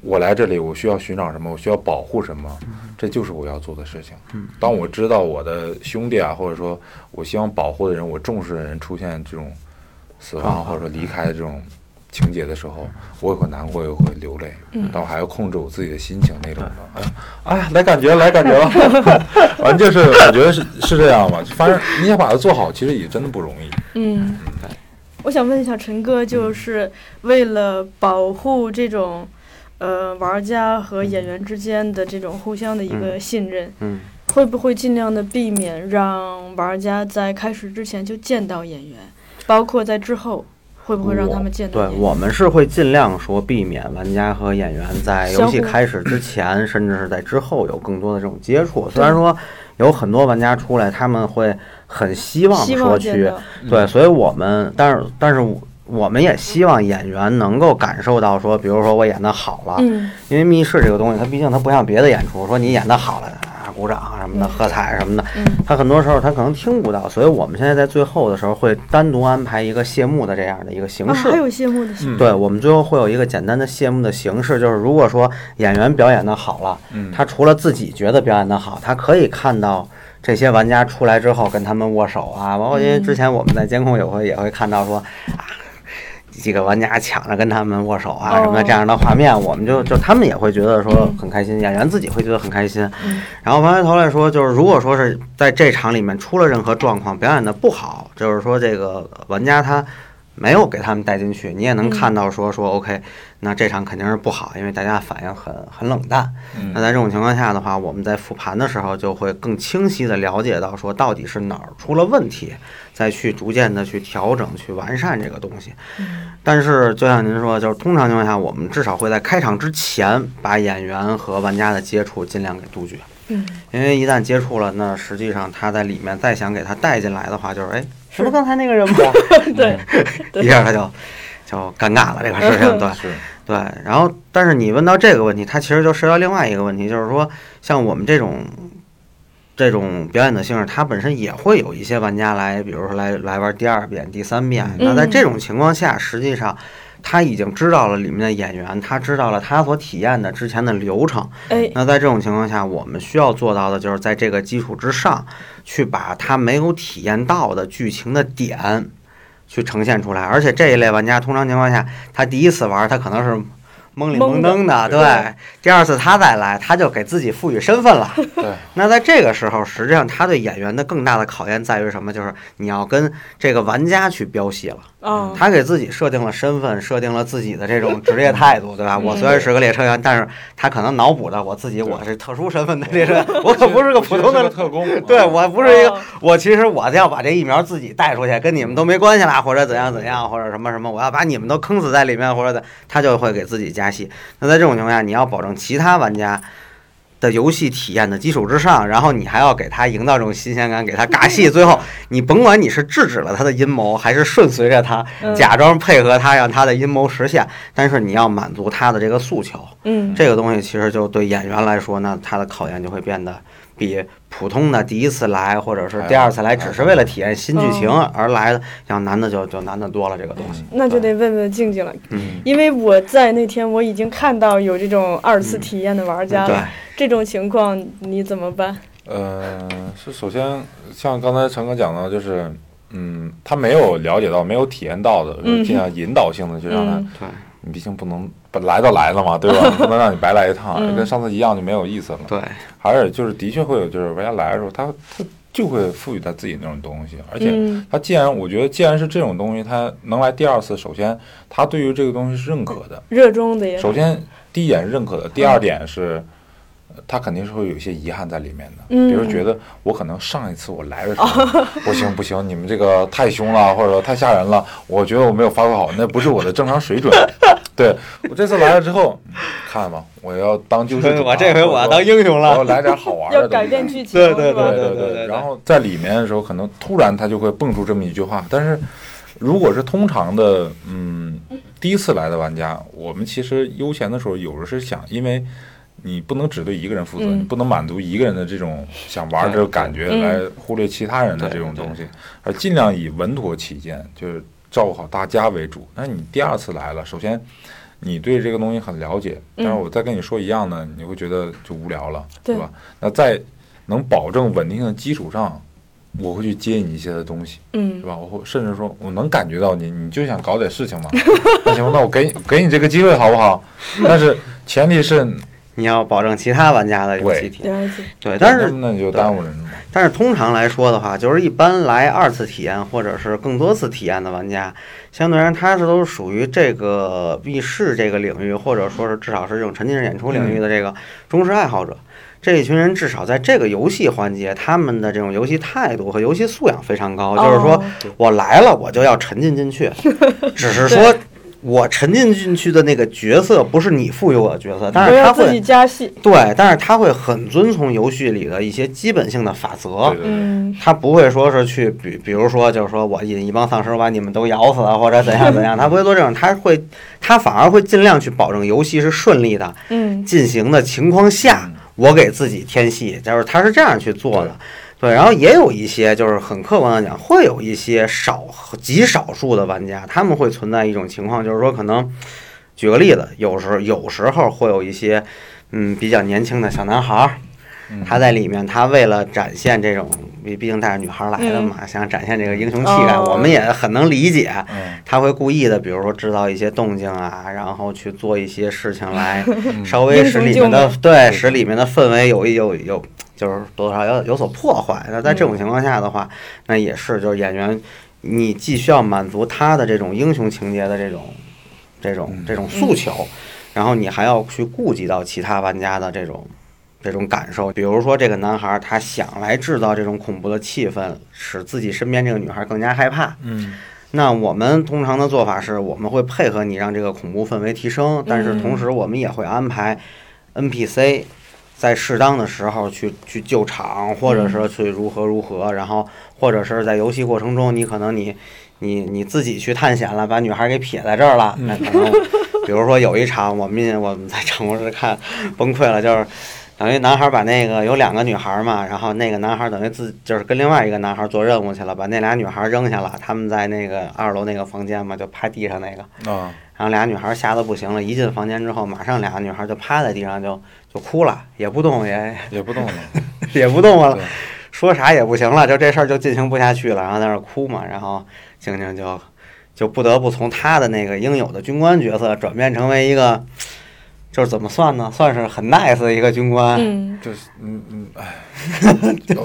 Speaker 2: 我来这里，我需要寻找什么，我需要保护什么，这就是我要做的事情。当我知道我的兄弟啊，或者说我希望保护的人，我重视的人出现这种死亡或者说离开的这种情节的时候，我也会难过，也会流泪，但我还要控制我自己的心情那种的。哎呀哎呀，来感觉，来感觉了。反正就是，我觉得是是这样吧。反正你想把它做好，其实也真的不容易。
Speaker 5: 嗯，我想问一下陈哥，就是为了保护这种。呃，玩家和演员之间的这种互相的一个信任，
Speaker 1: 嗯，
Speaker 5: 会不会尽量的避免让玩家在开始之前就见到演员，包括在之后，会不会让他们见到
Speaker 1: 对
Speaker 5: 演员？
Speaker 1: 我们是会尽量说避免玩家和演员在游戏
Speaker 5: 相互
Speaker 1: 开始之前，甚至是在之后有更多的这种接触。虽然说有很多玩家出来，他们会很希望
Speaker 5: 希
Speaker 1: 说
Speaker 5: 望见
Speaker 1: 去
Speaker 5: 到，
Speaker 1: 对，所以我们，但是但是我我们也希望演员能够感受到说，比如说我啊演的好了，
Speaker 5: 嗯
Speaker 1: 因为密室这个东西，它毕竟它不像别的演出，说你演的好了啊，鼓掌什
Speaker 5: 嗯
Speaker 1: 么的，喝彩什么的，它很多时候它可能听不到，所以我们现在在最后的时候会单独安排一个谢幕的这样的一个形
Speaker 5: 啊，
Speaker 1: 式。
Speaker 5: 还有谢幕的戏，
Speaker 1: 对我们最后会有一个简单的谢幕的形式，就是如果说演员表演的好了，他除了自己觉得表演的好，他可以看到这些玩家出来之后跟他们握手啊，包括因为之前我们在监控也会也会看到说啊。几个玩家抢着跟他们握手啊什么的
Speaker 5: 哦
Speaker 1: 这样的画面，我们就就他们也会觉得说
Speaker 5: 嗯
Speaker 1: 很开心，演员自己会觉得很开心。然后翻回头来说，就是如果说是在这场里面出了任何状况，表演的不好，就是说这个玩家他没有给他们带进去，你也能看到说说 OK，那这场肯定是不好，因为大家反应很很冷淡。
Speaker 2: 嗯
Speaker 1: 那在这种情况下的话，我们在复盘的时候就会更清晰的了解到说到底是哪儿出了问题，再去逐渐的去调整、去完善这个东西。
Speaker 5: 嗯
Speaker 1: 但是就像您说，就是通常情况下，我们至少会在开场之前把演员和玩家的接触尽量给杜绝。
Speaker 5: 嗯，
Speaker 1: 因为一旦接触了，那实际上他在里面再想给他带进来的话，就是哎，是不嗯是刚才那个人吗？
Speaker 5: 对，
Speaker 1: 一下他就就尴尬了这个事情，对。
Speaker 2: 是，
Speaker 1: 对，然后但是你问到这个问题，它其实就涉及到另外一个问题，就是说像我们这种这种表演的性质，它本身也会有一些玩家来，比如说来来玩第二遍、第三遍。那在这种情况下，实际上。他已经知道了里面的演员，他知道了他所体验的之前的流程。
Speaker 5: 哎，
Speaker 1: 那在这种情况下，我们需要做到的就是在这个基础之上，去把他没有体验到的剧情的点去呈现出来。而且这一类玩家，通常情况下，他第一次玩，他可能是懵里懵
Speaker 5: 懵的
Speaker 1: 登的，
Speaker 2: 对
Speaker 1: 对。第二次他再来，他就给自己赋予身份了。
Speaker 2: 对，
Speaker 1: 那在这个时候，实际上他对演员的更大的考验在于什么？就是你要跟这个玩家去飙戏了。
Speaker 5: 啊，
Speaker 1: 他给自己设定了身份，设定了自己的这种职业态度，对吧？
Speaker 5: 嗯
Speaker 1: 我虽然是个列车员，但是他可能脑补的我自己
Speaker 2: 对
Speaker 1: 我是特殊身份的列车员，我可不是个普通
Speaker 2: 我
Speaker 1: 的
Speaker 2: 其实是个。特 工，
Speaker 1: 对
Speaker 2: 啊
Speaker 1: 我不
Speaker 5: 哦
Speaker 1: 是一个，我其实我要把这疫苗自己带出去，跟你们都没关系啦，或者怎样怎样，或者什么什么，我要把你们都坑死在里面，或者怎，他就会给自己加戏。那在这种情况下，你要保证其他玩家的游戏体验的基础之上，然后你还要给他营造这种新鲜感，给他尬戏。最后，你甭管你是制止了他的阴谋，还是顺随着他，
Speaker 5: 嗯
Speaker 1: 假装配合他，让他的阴谋实现，但是你要满足他的这个诉求。
Speaker 5: 嗯，
Speaker 1: 这个东西其实就对演员来说呢，他的考验就会变得比普通的第一次来或者是第二次来，
Speaker 2: 哎
Speaker 1: 只是为了体验新剧情而来的，要难的就就难得多了。这个东西，
Speaker 5: 那就得问问静静了，
Speaker 1: 嗯，
Speaker 5: 因为我在那天我已经看到有这种二次体验的玩家
Speaker 1: 嗯对
Speaker 5: 了，，这种情况你怎么办？
Speaker 2: 呃，是首先像刚才陈哥讲的，就是嗯，他没有了解到，没有体验到的，就是尽量引导性的去让他，
Speaker 5: 嗯
Speaker 1: 对，
Speaker 2: 你毕竟不能本来都来了嘛，对吧？不能让你白来一趟，
Speaker 5: 嗯
Speaker 2: 跟上次一样就没有意思了。
Speaker 1: 对，
Speaker 2: 还是就是的确会有，就是玩家来的时候，他他就会赋予他自己那种东西，而且。
Speaker 5: 嗯
Speaker 2: 他既然我觉得，既然是这种东西，他能来第二次，首先他对于这个东西是认可的，
Speaker 5: 热衷的也
Speaker 2: 首先第一点是认可的，第二点是，呃他肯定是会有一些遗憾在里面的，
Speaker 5: 嗯
Speaker 2: 比如觉得我可能上一次我来的时 候，不行不行，你们这个太凶了，或者说太吓人了，我觉得我没有发挥好，那不是我的正常水 准。对我这次来了之后，嗯看吧，我要 当救世主啊，
Speaker 1: 我这回我要当
Speaker 2: 或者说
Speaker 1: 英雄
Speaker 2: 我要
Speaker 1: 了，
Speaker 2: 来点好玩的东
Speaker 5: 要
Speaker 2: 西，
Speaker 5: 改变剧情，
Speaker 1: 对对
Speaker 5: 是吧
Speaker 1: 对
Speaker 2: 对
Speaker 1: 对
Speaker 2: 然后在里面的时候，可能突然他就会蹦出这么一句话。但是如果是通常的，嗯，第一次来的玩家，我们其实悠闲的时候，有的是想，因为你不能只对一个人负责，
Speaker 5: 嗯
Speaker 2: 你不能满足一个人的这种想玩儿这个感觉，
Speaker 5: 对
Speaker 2: 来忽略其他人的这种东西，而尽量以稳妥起见，就是照顾好大家为主。但是你第二次来了，首先。你对这个东西很了解，但是我再跟你说一样呢，你会觉得就无聊了，
Speaker 5: 嗯对
Speaker 2: 吧？那在能保证稳定的基础上，我会去接你一些的东西，
Speaker 5: 嗯
Speaker 2: 是吧？我会甚至说，我能感觉到你，你就想搞点事情嘛。 那行吧，那我给你给你这个机会好不好？
Speaker 5: 嗯
Speaker 2: 但是前提是，
Speaker 1: 你要保证其他玩家的游戏体验。
Speaker 5: 了解，
Speaker 1: 对，但
Speaker 2: 那
Speaker 1: 是
Speaker 2: 那你就耽误人了嘛。
Speaker 1: 但是通常来说的话，就是一般来二次体验或者是更多次体验的玩家，相对而言他是都是属于这个密室这个领域，或者说是至少是这种沉浸式演出领域的这个忠实爱好者。这一群人至少在这个游戏环节，他们的这种游戏态度和游戏素养非常高，就是说
Speaker 5: 哦
Speaker 1: 我来了我就要沉浸进 去，只是说。我沉浸进去的那个角色不是你赋予我的角色，但
Speaker 5: 不
Speaker 1: 是他
Speaker 5: 要
Speaker 1: 会
Speaker 5: 自己加戏，
Speaker 1: 对，但是他会很遵从游戏里的一些基本性的法则
Speaker 2: 对，对对，
Speaker 5: 嗯
Speaker 1: 他不会说是去比，比如说就是说我引一帮丧尸把你们都咬死了，或者怎样怎样，他不会做这种，他会，他反而会尽量去保证游戏是顺利的
Speaker 5: 嗯
Speaker 1: 进行的情况下
Speaker 2: 嗯，
Speaker 1: 我给自己添戏，就是他是这样去做的。对，然后也有一些就是很客观的讲，会有一些少极少数的玩家，他们会存在一种情况，就是说可能，举个例子，有时候有时候会有一些，嗯，比较年轻的小男孩儿，
Speaker 2: 嗯
Speaker 1: 他在里面，他为了展现这种，毕毕竟带着女孩来的嘛，想展现这个英雄气概，
Speaker 5: 哦
Speaker 1: 我们也很能理解。
Speaker 2: 嗯，
Speaker 1: 他会故意的，比如说制造一些动静啊，然后去做一些事情来稍微
Speaker 5: 英
Speaker 1: 使
Speaker 5: 雄
Speaker 1: 里
Speaker 5: 救
Speaker 1: 面的
Speaker 5: 美
Speaker 1: 对使里面的氛围有一有有就是多少有有所破坏。那在这种情况下的话，那也是就是演员，你既需要满足他的这种英雄情节的这种这种这种诉求，
Speaker 5: 嗯
Speaker 1: 然后你还要去顾及到其他玩家的这种这种感受。比如说，这个男孩儿他想来制造这种恐怖的气氛，使自己身边这个女孩儿更加害怕。
Speaker 2: 嗯，
Speaker 1: 那我们通常的做法是，我们会配合你让这个恐怖氛围提升，但是同时我们也会安排 NPC 在适当的时候去去救场，或者是去如何如何，然后或者是在游戏过程中，你可能你你你自己去探险了，把女孩给撇在这儿了，那可能比如说有一场我们我们在办公室看崩溃了，就是等于男孩把那个有两个女孩嘛，然后那个男孩等于自就是跟另外一个男孩做任务去了，把那俩女孩扔下了，他们在那个二楼那个房间嘛，就趴地上那个，
Speaker 2: 啊，
Speaker 1: 然后俩女孩吓得不行了，一进房间之后，马上俩女孩就趴在地上就就哭了，也不动也
Speaker 2: 也不动 了，
Speaker 1: 也不动了
Speaker 2: 对，
Speaker 1: 说啥也不行了，就这事儿就进行不下去了，然后在那儿哭嘛，然后静静就就不得不从她的那个应有的军官角色转变成为一个，就是怎么算呢？算是很 nice 的一个军
Speaker 2: 啊
Speaker 1: 官，
Speaker 5: 嗯，
Speaker 2: 就是嗯嗯，哎，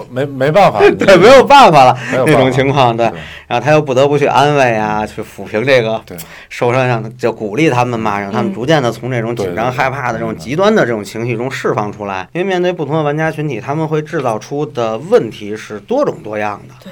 Speaker 2: 没没办法，你
Speaker 1: 对，没有办法了
Speaker 2: 没有
Speaker 1: 那
Speaker 2: 办
Speaker 1: 种
Speaker 2: 法
Speaker 1: 情况，对
Speaker 2: 对。
Speaker 1: 然后他又不得不去安慰啊，去抚平这个
Speaker 2: 对
Speaker 1: 受伤，让就鼓励他们嘛，让他们
Speaker 5: 嗯
Speaker 1: 逐渐的从这种紧张、
Speaker 2: 对对对
Speaker 1: 害怕的这种极端的这种情绪中释放出来。因为面对不同的玩家群体，他们会制造出的问题是多种多样的。
Speaker 5: 对。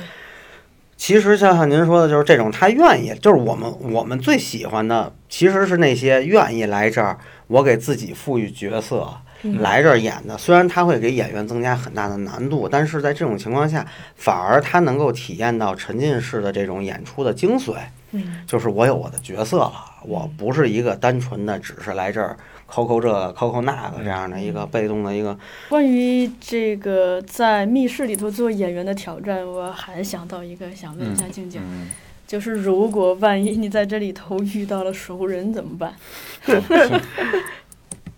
Speaker 1: 其实像像您说的，就是这种他愿意，就是我们我们最喜欢的，其实是那些愿意来这儿，我给自己赋予角色，
Speaker 5: 嗯
Speaker 1: 来这儿演的，虽然他会给演员增加很大的难度，但是在这种情况下，反而他能够体验到沉浸式的这种演出的精髓。
Speaker 5: 嗯，
Speaker 1: 就是我有我的角色了，我不是一个单纯的只是来这儿抠抠这个抠抠那个这样的一个被动的一个。
Speaker 5: 关于这个在密室里头做演员的挑战，我还想到一个，想问一下静静，
Speaker 2: 嗯，
Speaker 5: 就是如果万一你在这里头遇到了熟人怎么办？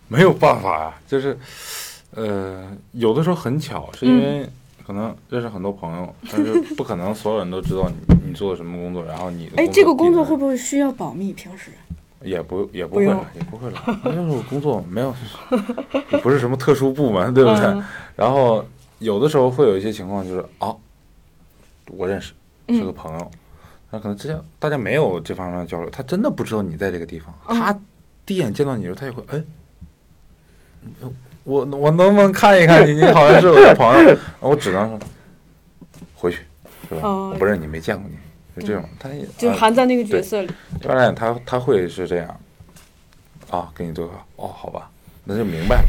Speaker 2: 没有办法啊，就是，呃，有的时候很巧，是因为
Speaker 6: 嗯
Speaker 2: 可能认识很多朋友，但是不可能所有人都知道你你做的什么工作，然后你的
Speaker 6: 哎，这个
Speaker 2: 工
Speaker 6: 工作
Speaker 2: 作地
Speaker 6: 会不会需要保密？平
Speaker 2: 啊
Speaker 6: 时
Speaker 2: 址也不也不
Speaker 6: 不
Speaker 2: 会
Speaker 6: 用
Speaker 2: 了，也不会了，那就是我工作没有，也不是什么特殊部门，对不对？
Speaker 6: 嗯
Speaker 2: 然后有的时候会有一些情况，就是啊，我认识是个
Speaker 6: 嗯
Speaker 2: 朋友，那、可能之前大家没有这方面的交流，他真的不知道你在这个地方，
Speaker 6: 嗯
Speaker 2: 他第一眼见到你的时候，他也会哎，哎我我能不能看一看你？你好像是我的朋友，我只能说回去，是吧？
Speaker 6: 哦
Speaker 2: 我不认识你，没见过你，就这种，他也
Speaker 5: 就
Speaker 2: 啊
Speaker 5: 含在那个角色里，
Speaker 2: 当然他他会是这样，啊，给你做个哦，好吧，那就明白了，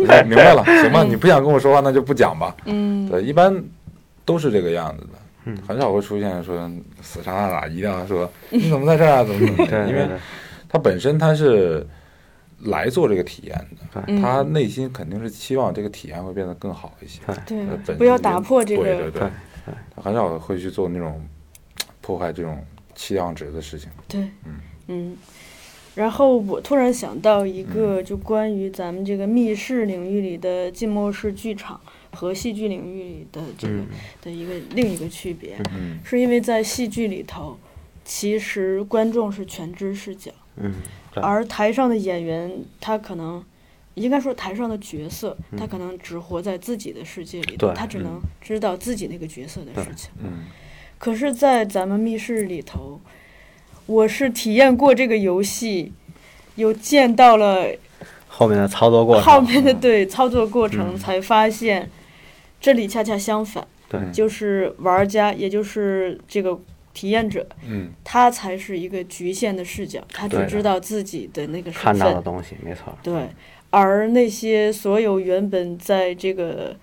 Speaker 2: 那就明白了，行吧，你不想跟我说话，那就不讲吧。
Speaker 5: 嗯，
Speaker 2: 对，一般都是这个样子的，很少会出现说死缠烂打，一定要说
Speaker 5: 嗯
Speaker 2: 你怎么在这儿啊，怎么怎 么的，因为他本身他是来做这个体验
Speaker 5: 嗯
Speaker 2: 的，他内心肯定是期望这个体验会变得更好一些。
Speaker 5: 对
Speaker 2: 呃，本
Speaker 5: 不要
Speaker 2: 身
Speaker 5: 打
Speaker 2: 原
Speaker 5: 破这
Speaker 2: 对
Speaker 5: 个
Speaker 2: 对对，他很少会去做那种破坏这种期望值的事情。
Speaker 5: 对，嗯，然后我突然想到一个，就关于咱们这个密室领域里的浸没式剧场和戏剧领域里的这个、
Speaker 1: 嗯
Speaker 5: 的一个另一个区别，
Speaker 2: 嗯
Speaker 5: 是因为在戏剧里头，其实观众是全知视角，
Speaker 1: 嗯，对
Speaker 5: 而台上的演员他可能。应该说，台上的角色，他可能只活在自己的世界里头，
Speaker 1: 对
Speaker 5: 他只
Speaker 2: 嗯
Speaker 5: 能知道自己那个角色的事情。
Speaker 2: 嗯
Speaker 5: 可是，在咱们密室里头，我是体验过这个游戏，有见到了
Speaker 1: 后面的操作过
Speaker 5: 后
Speaker 1: 程，嗯
Speaker 5: 面的对操作过程，才发现这里恰恰相反，
Speaker 1: 对
Speaker 5: 就是玩家，也就是这个体验者，
Speaker 2: 嗯，
Speaker 5: 他才是一个局限的视角，他只
Speaker 1: 对
Speaker 5: 知道自己的那个身
Speaker 1: 看到的
Speaker 5: 份，
Speaker 1: 东西，没错。
Speaker 5: 对，而那些所有原本在这个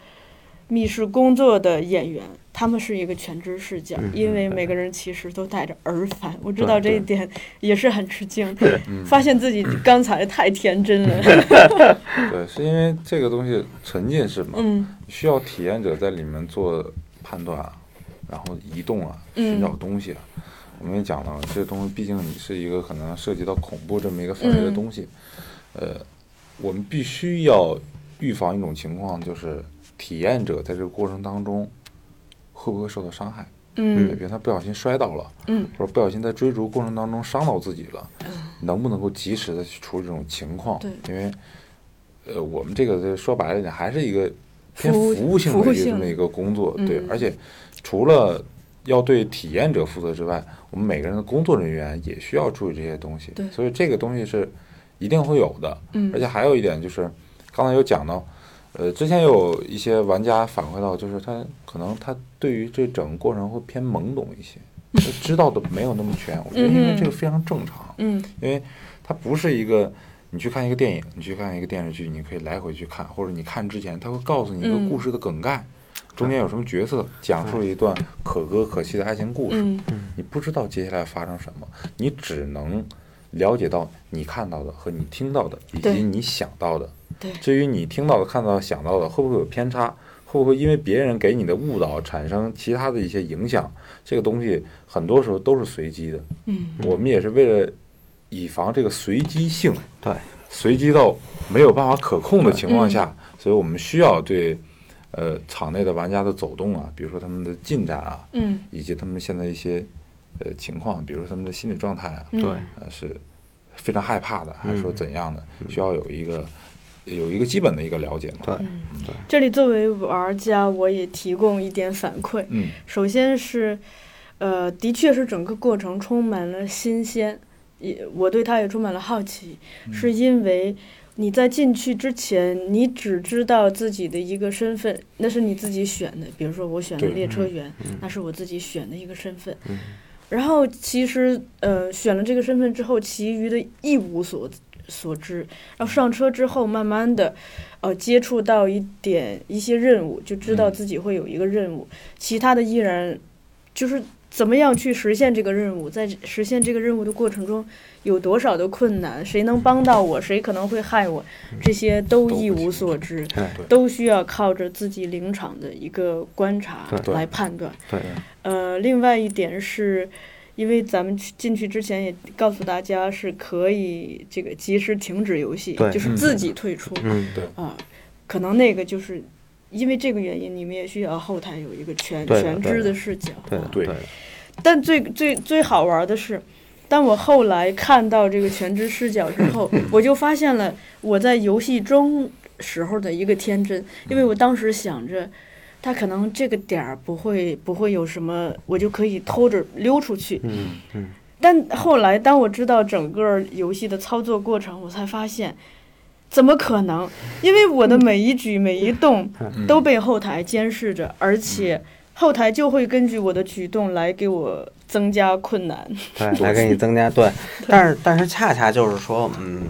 Speaker 5: 密室工作的演员，他们是一个全知视角，
Speaker 1: 嗯
Speaker 5: 因为每个人其实都带着耳返。我知道这一点也是很吃惊，
Speaker 1: 嗯
Speaker 5: 发现自己 刚才太天真了。
Speaker 2: 对，是因为这个东西沉浸式嘛，
Speaker 5: 嗯
Speaker 2: 需要体验者在里面做判断啊，然后移动啊，
Speaker 5: 嗯
Speaker 2: 寻找东西啊。我们也讲了，这东西毕竟你是一个可能涉及到恐怖这么一个范围的
Speaker 5: 嗯
Speaker 2: 东西，呃，我们必须要预防一种情况，就是体验者在这个过程当中会不会受到伤害。
Speaker 5: 嗯
Speaker 2: 比如他不小心摔倒了，
Speaker 5: 嗯，
Speaker 2: 或者不小心在追逐过程当中伤到自己了，能不能够及时的去处理这种情况？
Speaker 5: 对
Speaker 2: 因为，呃，我们这个这说白了一点，还是一个偏
Speaker 5: 服务
Speaker 2: 服务性
Speaker 5: 服务
Speaker 2: 的一个
Speaker 5: 性
Speaker 2: 这么一个工作，对
Speaker 5: 嗯，
Speaker 2: 而且除了。要对体验者负责之外，我们每个人的工作人员也需要注意这些东西。
Speaker 5: 对
Speaker 2: 所以这个东西是一定会有的。
Speaker 5: 嗯
Speaker 2: 而且还有一点就是，刚才有讲到，呃，之前有一些玩家反馈到，就是他可能他对于这整个过程会偏懵懂一 些，就知道的没有那么全。我觉得因为这个非常正常，
Speaker 5: 嗯
Speaker 2: 因为它不是一个你去看一个电影，你去看一个电视剧，你可以来回去看，或者你看之前他会告诉你一个
Speaker 5: 嗯
Speaker 2: 故事的梗概，中间有什么角色，讲述了一段可歌可泣的爱情故事。
Speaker 5: 嗯
Speaker 2: 你不知道接下来发生什么，你只能了解到你看到的和你听到的，以
Speaker 6: 对
Speaker 2: 及你想到的。
Speaker 6: 对
Speaker 2: 至于你听到的、看到的、想到的，会不会有偏差？会不会因为别人给你的误导产生其他的一些影响？这个东西很多时候都是随机的。
Speaker 6: 嗯，
Speaker 2: 我们也是为了以防这个随机性，
Speaker 1: 对，
Speaker 2: 随机到没有办法可控的情况下，
Speaker 6: 嗯
Speaker 2: 所以我们需要对呃场内的玩家的走动啊，比如说他们的进展啊，
Speaker 5: 嗯
Speaker 2: 以及他们现在一些呃情况，比如说他们的心理状态啊，
Speaker 5: 嗯
Speaker 1: 对
Speaker 2: 呃是非常害怕的，还是说怎样的，
Speaker 5: 嗯
Speaker 2: 需要有一个有一个基本的一个了解嘛。
Speaker 1: 对，
Speaker 5: 嗯这里作为玩家，我也提供一点反馈。
Speaker 2: 嗯，
Speaker 5: 首先是，呃，的确是整个过程充满了新鲜，也我对它也充满了好奇，是因为你在进去之前，你只知道自己的一个身份，那是你自己选的，比如说我选了
Speaker 2: 对
Speaker 5: 列车员，
Speaker 1: 嗯
Speaker 5: 那是我自己选的一个身份。
Speaker 1: 嗯
Speaker 5: 然后其实呃，选了这个身份之后，其余的一无所所知。然后上车之后，慢慢的，呃，接触到一点一些任务，就知道
Speaker 2: 嗯
Speaker 5: 自己会有一个任务。其他的依然就是怎么样去实现这个任务，在实现这个任务的过程中有多少的困难，谁能帮到我，谁可能会害我，这些
Speaker 2: 都
Speaker 5: 都
Speaker 2: 不
Speaker 5: 一
Speaker 2: 清
Speaker 5: 无
Speaker 2: 楚
Speaker 5: 所知。
Speaker 1: 对
Speaker 5: 都需要靠着自己临场的一个观察
Speaker 1: 对
Speaker 2: 对
Speaker 5: 来判断。
Speaker 1: 对
Speaker 5: 呃，另外一点是，因为咱们去进去之前也告诉大家是可以这个及时停止游戏，
Speaker 1: 对
Speaker 5: 就是
Speaker 2: 嗯
Speaker 5: 自己退出啊、
Speaker 1: 嗯，
Speaker 5: 可能那个就是因为这个原因，你们也需要后台有一个全
Speaker 1: 对的
Speaker 5: 全
Speaker 1: 对
Speaker 5: 知
Speaker 1: 的
Speaker 5: 的视角。
Speaker 1: 对的
Speaker 5: 啊
Speaker 2: 对
Speaker 1: 的
Speaker 5: 但最最最好玩的是，当我后来看到这个全知视角之后，我就发现了我在游戏中时候的一个天真，因为我当时想着。他可能这个点儿不会不会有什么，我就可以偷着溜出去。
Speaker 1: 嗯嗯，
Speaker 5: 但后来当我知道整个游戏的操作过程，我才发现，怎么可能？因为我的每一举每一动
Speaker 2: 嗯
Speaker 5: 都被后台监视着，而且后台就会根据我的举动来给我增加困难。
Speaker 1: 对，来给你增加对，但是但是恰恰就是说，嗯，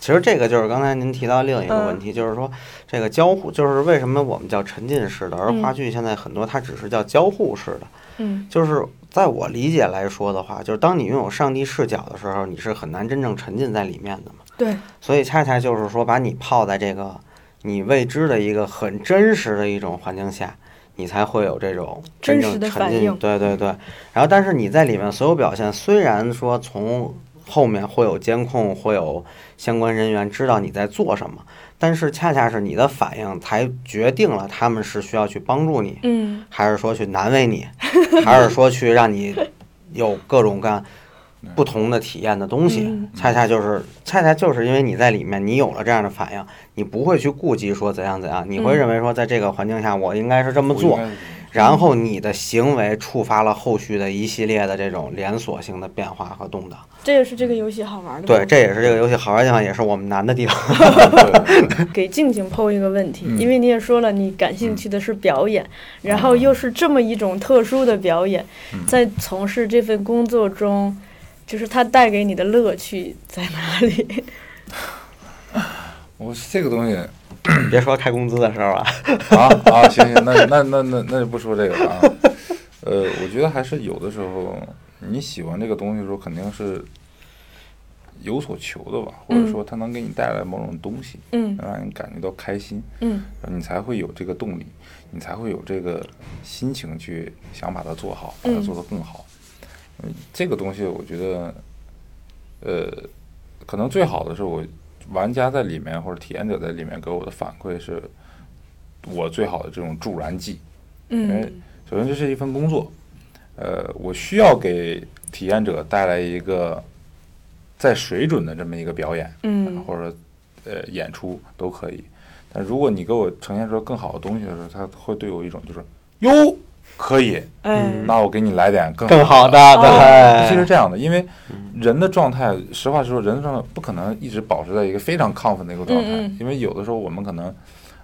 Speaker 1: 其实这个就是刚才您提到另一个问
Speaker 5: 嗯
Speaker 1: 题，就是说这个交互，就是为什么我们叫沉浸式的，而
Speaker 5: 嗯
Speaker 1: 话剧现在很多它只是叫交互式的，
Speaker 5: 嗯
Speaker 1: 就是在我理解来说的话，就是当你拥有上帝视角的时候，你是很难真正沉浸在里面的嘛。
Speaker 5: 对，
Speaker 1: 所以恰恰就是说，把你泡在这个你未知的一个很真实的一种环境下，你才会有这种真
Speaker 5: 真
Speaker 1: 正
Speaker 5: 实的
Speaker 1: 沉
Speaker 5: 反
Speaker 1: 浸
Speaker 5: 应
Speaker 1: 对对对。然后，但是你在里面所有表现，虽然说从后面会有监控，会有相关人员知道你在做什么，但是恰恰是你的反应才决定了他们是需要去帮助你，
Speaker 5: 嗯，
Speaker 1: 还是说去难为你，还是说去让你有各种各样不同的体验的东西，
Speaker 5: 嗯
Speaker 1: 恰恰就是恰恰就是因为你在里面，你有了这样的反应，你不会去顾及说怎样怎样，你会
Speaker 5: 嗯
Speaker 1: 认为说在这个环境下我应该是这么
Speaker 2: 我应
Speaker 1: 做，
Speaker 2: 该是
Speaker 1: 然后你的行为触发了后续的一系列的这种连锁性的变化和动荡。
Speaker 5: 这也是这个游戏好玩的。
Speaker 1: 对，这也是这个游戏好玩的地方，也是我们难的 地方。
Speaker 5: 给静静抛一个问题，
Speaker 2: 嗯
Speaker 5: 因为你也说了，你感兴趣的是表演，然后又是这么一种特殊的表演，在从事这份工作中，就是它带给你的乐趣在哪里？
Speaker 2: 我这个东西
Speaker 1: 别说开工资的时候啊，
Speaker 2: 啊啊，行行，那那那那那就不说这个了啊。呃，我觉得还是有的时候你喜欢这个东西的时候，肯定是有所求的吧，或者说它能给你带来某种东西，
Speaker 5: 嗯
Speaker 2: 能让你感觉到开心，
Speaker 5: 嗯
Speaker 2: 然后你才会有这个动力，你才会有这个心情去想把它做好，把它
Speaker 5: 嗯
Speaker 2: 做得更好。嗯，这个东西我觉得，呃，可能最好的是我玩家在里面或者体验者在里面给我的反馈是，我最好的这种助燃剂。哎
Speaker 5: 嗯
Speaker 2: 首先，这是一份工作，呃，我需要给体验者带来一个在水准的这么一个表演，
Speaker 5: 嗯
Speaker 2: 或者呃演出都可以。但如果你给我呈现出更好的东西的时候，他会对我一种就是哟可以，
Speaker 5: 哎
Speaker 2: 那我给你来点更
Speaker 1: 更好的，
Speaker 2: 嗯
Speaker 5: 哦
Speaker 2: 其实
Speaker 1: 对，
Speaker 2: 这样的，因为
Speaker 5: 嗯
Speaker 2: 人的状态，实话实说，人的状态不可能一直保持在一个非常亢奋的一个状态，
Speaker 5: 嗯嗯
Speaker 2: 因为有的时候我们可能，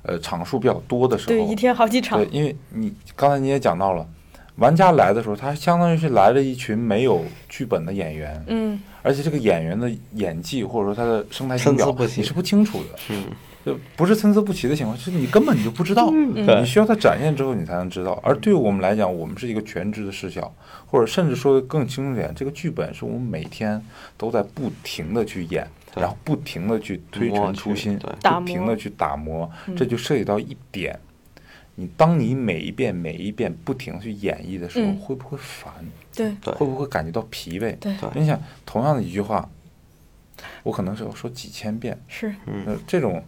Speaker 2: 呃，场数比较多的时候，
Speaker 5: 对，一天好几场
Speaker 2: 对，因为你刚才你也讲到了，玩家来的时候，他相当于是来了一群没有剧本的演员，
Speaker 5: 嗯，
Speaker 2: 而且这个演员的演技或者说他的生态
Speaker 1: 参
Speaker 2: 型
Speaker 1: 差
Speaker 2: 表
Speaker 1: 不齐
Speaker 2: 你是不清楚的，
Speaker 1: 嗯，
Speaker 2: 就不是参差不齐的情况，就是你根本你就不知道，
Speaker 5: 嗯
Speaker 1: 对
Speaker 2: 你需要他展现之后你才能知道。而对我们来讲，我们是一个全职的视角，或者甚至说得更清楚点，这个剧本是我们每天都在不停的去演，
Speaker 1: 对
Speaker 2: 然后不停的去推
Speaker 1: 摸
Speaker 2: 陈
Speaker 1: 去
Speaker 2: 出新，
Speaker 1: 对
Speaker 5: 打
Speaker 2: 不停
Speaker 5: 磨嗯
Speaker 2: 的去打磨，这就涉及到一点。你当你每一遍每一遍不停的去演绎的时候，
Speaker 5: 嗯
Speaker 2: 会不会烦？
Speaker 5: 对
Speaker 1: 对
Speaker 2: 会不会感觉到疲惫？
Speaker 5: 对
Speaker 1: 对
Speaker 2: 你想同样的一句话，我可能是要说几千遍，
Speaker 5: 是，
Speaker 1: 嗯
Speaker 2: 那这种，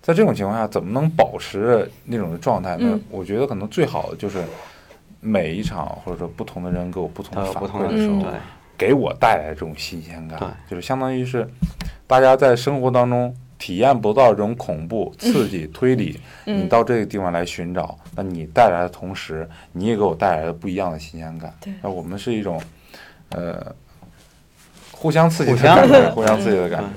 Speaker 2: 在这种情况下，怎么能保持那种状态呢？
Speaker 5: 嗯
Speaker 2: 我觉得可能最好的就是每一场或者说不同的人给我不同
Speaker 1: 它
Speaker 2: 的
Speaker 1: 有
Speaker 2: 反
Speaker 1: 不同
Speaker 2: 馈
Speaker 1: 的
Speaker 2: 的时候，
Speaker 1: 对
Speaker 5: 嗯
Speaker 2: 给我带来这种新鲜感
Speaker 1: 对，
Speaker 2: 就是相当于是大家在生活当中体验不到这种恐怖、刺激、推理，
Speaker 5: 嗯
Speaker 2: 你到这个地方来寻找，那你带来的同时，你也给我带来了不一样的新鲜感
Speaker 5: 对。
Speaker 2: 那我们是一种，呃。互相刺激
Speaker 1: 互
Speaker 2: 的
Speaker 1: 相
Speaker 2: 感觉，
Speaker 1: 的嗯
Speaker 2: 互相刺激的感觉，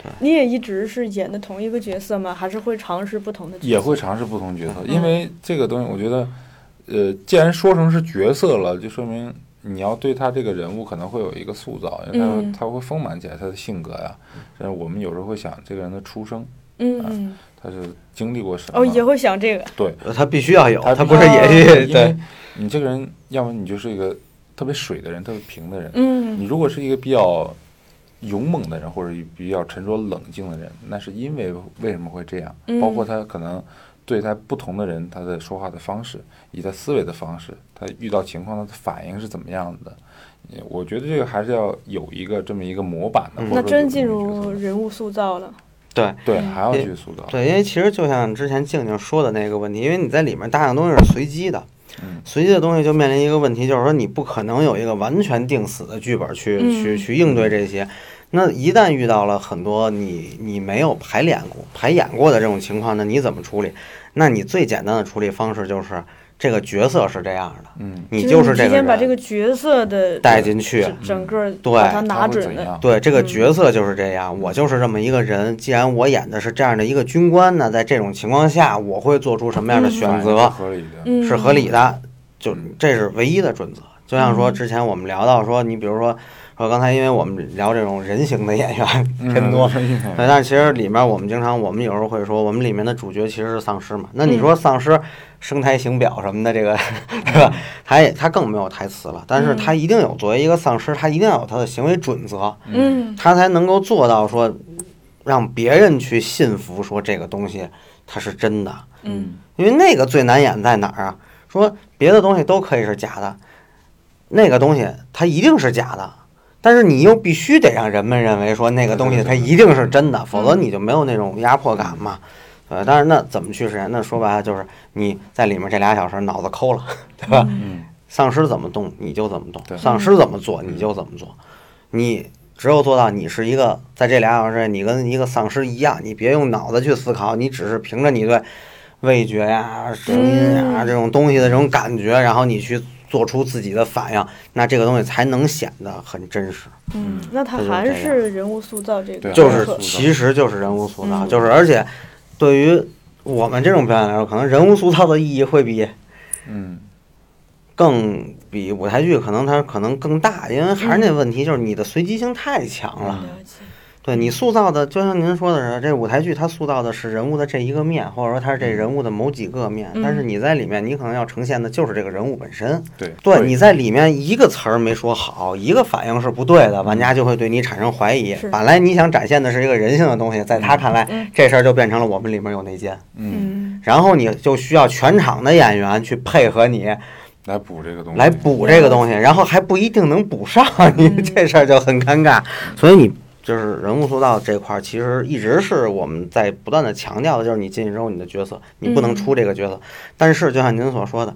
Speaker 2: 对。
Speaker 5: 你也一直是演的同一个角色吗？还是会尝试不同的角色？
Speaker 2: 也会尝试不同角
Speaker 5: 嗯
Speaker 2: 色，因为这个东西，我觉得，呃，既然说成是角色了，就说明你要对他这个人物可能会有一个塑造，因为他、
Speaker 5: 嗯
Speaker 2: 他会丰满起来，他的性格呀、但是我们有时候会想这个人的出生，
Speaker 1: 啊
Speaker 5: 嗯嗯，
Speaker 2: 他是经历过什么？
Speaker 1: 嗯
Speaker 5: 哦，也会想这个，
Speaker 2: 对，
Speaker 1: 呃它必须要有，哦嗯
Speaker 5: 哦
Speaker 2: 他哦
Speaker 1: 它不是演
Speaker 2: 因为
Speaker 1: 绎，对，
Speaker 2: 你这个人，要么你就是一个特别水的人，特别平的人，
Speaker 5: 嗯
Speaker 2: 你如果是一个比较勇猛的人，或者比较沉着冷静的人，那是因为为什么会这样？
Speaker 5: 嗯
Speaker 2: 包括他可能对他不同的人，他的说话的方式，以及他思维的方式，他遇到情况他的反应是怎么样的？也我觉得这个还是要有一个这么一个模板的，
Speaker 1: 嗯
Speaker 2: 或
Speaker 5: 那
Speaker 2: 者说有
Speaker 5: 真
Speaker 2: 这
Speaker 5: 进
Speaker 2: 么一个角色
Speaker 5: 入人物塑造了，
Speaker 1: 对。
Speaker 2: 对，还要
Speaker 1: 对
Speaker 2: 去塑造，
Speaker 1: 对，因为其实就像之前静静说的那个问题，因为你在里面大量东西是随机的，
Speaker 2: 嗯
Speaker 1: 随机的东西就面临一个问题，就是说你不可能有一个完全定死的剧本去、去
Speaker 5: 嗯
Speaker 1: 去应对这些。那一旦遇到了很多你你没有排练过、排演过的这种情况，那你怎么处理？那你最简单的处理方式就是这个角色是这样的，
Speaker 2: 嗯，
Speaker 1: 你
Speaker 5: 就是是
Speaker 1: 这
Speaker 5: 提
Speaker 1: 个
Speaker 5: 前把这
Speaker 1: 人
Speaker 5: 个角色的
Speaker 1: 带进去，嗯
Speaker 5: 整整个
Speaker 1: 对
Speaker 5: 把它
Speaker 2: 他
Speaker 5: 拿
Speaker 2: 会
Speaker 5: 准
Speaker 2: 怎
Speaker 5: 了，
Speaker 2: 样？
Speaker 1: 对，这个
Speaker 5: 嗯
Speaker 1: 角色就是这样，我就是这么一个人。既然我演的是这样的一个军官呢，在这种情况下，我会做出什么样的选
Speaker 2: 反应
Speaker 1: 择
Speaker 2: 是合理的，
Speaker 5: 嗯，
Speaker 1: 是合理的，就这是唯一的准则。就像
Speaker 5: 嗯
Speaker 1: 说之前我们聊到说，你比如说说刚才，因为我们聊这种人形的演员偏多，哎
Speaker 2: 嗯
Speaker 1: 对，但是其实里面我们经常，我们有时候会说，我们里面的主角其实是丧尸嘛。那你
Speaker 5: 嗯
Speaker 1: 说丧尸生态型表什么的，这个对
Speaker 5: 嗯
Speaker 1: 吧？他也他更没有台词了，但是他一定有作为一个丧尸，他一定要有他的行为准则。
Speaker 5: 嗯，
Speaker 1: 他才能够做到说，让别人去信服说这个东西它是真的。
Speaker 5: 嗯，
Speaker 1: 因为那个最难演在哪儿啊？说别的东西都可以是假的，那个东西它一定是假的。但是你又必须得让人们认为说那个东西它一定是真的，否则你就没有那种压迫感嘛。呃，但是那怎么去实现？那说白了就是你在里面这俩小时脑子抠了，对吧？
Speaker 2: 嗯
Speaker 1: 丧尸怎么动你就怎么动，
Speaker 2: 对嗯
Speaker 1: 丧尸怎么做你就怎么做，你只有做到你是一个在这俩小时内你跟一个丧尸一样，你别用脑子去思考，你只是凭着你对味觉呀、声音呀
Speaker 5: 嗯
Speaker 1: 这种东西的这种感觉，然后你去做出自己的反应，那这个东西才能显得很真实。
Speaker 5: 嗯，那他
Speaker 1: 就是
Speaker 5: 还
Speaker 1: 这样
Speaker 5: 是人物塑造这个
Speaker 2: 对
Speaker 5: 角
Speaker 1: 就是
Speaker 5: 色
Speaker 1: 其实就是人物塑造，
Speaker 5: 嗯
Speaker 1: 就是而且对于我们这种表演来说，可能人物塑造的意义会比
Speaker 2: 嗯，
Speaker 1: 更比舞台剧可能它可能更大，因为还是那问题，就是你的随机性太强了。
Speaker 5: 嗯了解，
Speaker 1: 对你塑造的，就像您说的是，这舞台剧它塑造的是人物的这一个面，或者说它是这人物的某几个面，
Speaker 5: 嗯
Speaker 1: 但是你在里面，你可能要呈现的就是这个人物本身。
Speaker 2: 对
Speaker 1: 对，你在里面一个词儿没说好，一个反应是不对的，玩家就会对你产生怀疑。
Speaker 5: 是
Speaker 1: 本来你想展现的是一个人性的东西，在他看来，
Speaker 5: 嗯
Speaker 1: 这事儿就变成了我们里面有内奸，
Speaker 2: 嗯，
Speaker 5: 嗯，
Speaker 1: 然后你就需要全场的演员去配合你，
Speaker 2: 来补这个东西，
Speaker 1: 来补这个东
Speaker 5: 嗯
Speaker 1: 西，然后还不一定能补 上，你这事儿就很尴尬。所以你就是人物塑造这块儿，其实一直是我们在不断的强调的，就是你进去之后你的角色，你不
Speaker 5: 嗯
Speaker 1: 能出这个角色。但是就像您所说的，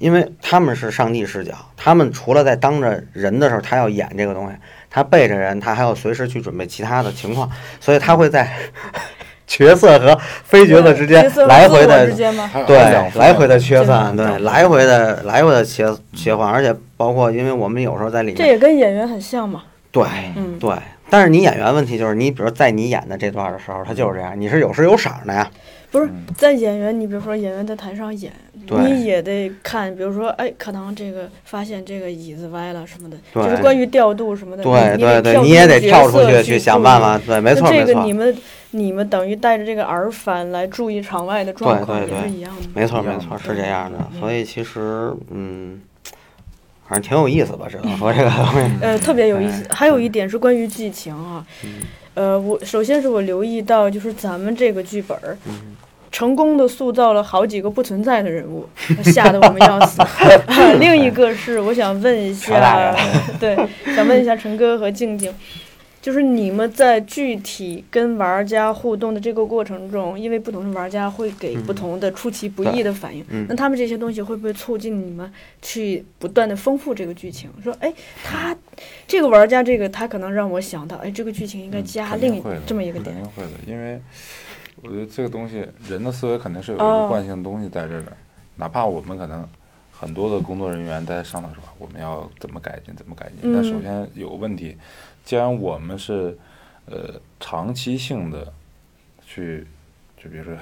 Speaker 1: 因为他们是上帝视角，他们除了在当着人的时候，他要演这个东西，他背着人，他还要随时去准备其他的情况，所以他会在 角色和非角色之间
Speaker 5: 角色和
Speaker 1: 来回
Speaker 5: 自我
Speaker 1: 的
Speaker 5: 之间吗？
Speaker 2: 还有
Speaker 1: 对
Speaker 2: 还有两，份
Speaker 1: 来回的切
Speaker 5: 对
Speaker 1: 换，对，
Speaker 2: 两份
Speaker 1: 来回的来回的切切换，而且包括因为我们有时候在里
Speaker 5: 这
Speaker 1: 面，
Speaker 5: 也跟演员很像嘛，
Speaker 1: 对
Speaker 5: 嗯
Speaker 1: 对，但是你演员问题就是，你比如在你演的这段的时候，他就是这样，你是有时有色儿的呀。
Speaker 5: 不是在演员，你比如说演员在台上演，
Speaker 1: 嗯对
Speaker 5: 你也得看，比如说哎，可能这个发现这个椅子歪了什么的，
Speaker 1: 对
Speaker 5: 就是关于调度什么的，
Speaker 1: 对
Speaker 5: 你
Speaker 1: 对对，
Speaker 5: 你
Speaker 1: 你也得跳
Speaker 5: 跳
Speaker 1: 出去
Speaker 5: 去
Speaker 1: 去想办
Speaker 5: 注意。
Speaker 1: 法。对，没
Speaker 5: 那
Speaker 1: 错没
Speaker 5: 这个你
Speaker 1: 错，
Speaker 5: 们你们等于带着这个耳返来注意场外的状
Speaker 1: 对
Speaker 5: 况，
Speaker 1: 对
Speaker 5: 也
Speaker 1: 对
Speaker 5: 是一样的。
Speaker 1: 没错
Speaker 2: 一样
Speaker 1: 没
Speaker 2: 的
Speaker 1: 错，是这样的。所以其实嗯，反正挺有意思吧，只能说这个东西。
Speaker 5: 呃，特别有意
Speaker 1: 哎
Speaker 5: 思。还有一点是关于剧情啊，
Speaker 1: 嗯
Speaker 5: 呃，我首先是我留意到，就是咱们这个剧本儿，
Speaker 1: 嗯
Speaker 5: 成功的塑造了好几个不存在的人物，吓得我们 要死。啊另一个是我想问一
Speaker 1: 乔大
Speaker 5: 下
Speaker 1: 人，
Speaker 5: 对，想问一下陈哥和静静。就是你们在具体跟玩家互动的这个过程中，因为不同的玩家会给不同的出其不意的反应，
Speaker 1: 嗯
Speaker 5: 那他们这些东西会不会促进你们去不断的丰富这个剧情？说，哎，他这个玩家这个他可能让我想到，哎，这个剧情应该加
Speaker 2: 嗯肯
Speaker 5: 另
Speaker 2: 定
Speaker 5: 一
Speaker 2: 会的，嗯
Speaker 5: 这么一个
Speaker 2: 肯
Speaker 5: 点
Speaker 2: 定。会的，因为我觉得这个东西，人的思维肯定是有一
Speaker 5: 哦
Speaker 2: 个惯性的东西在这儿的，哪怕我们可能很多的工作人员在商讨说啊我们要怎么改进，怎么改进，但首
Speaker 5: 嗯
Speaker 2: 先有个问题，既然我们是呃长期性的去，就比如说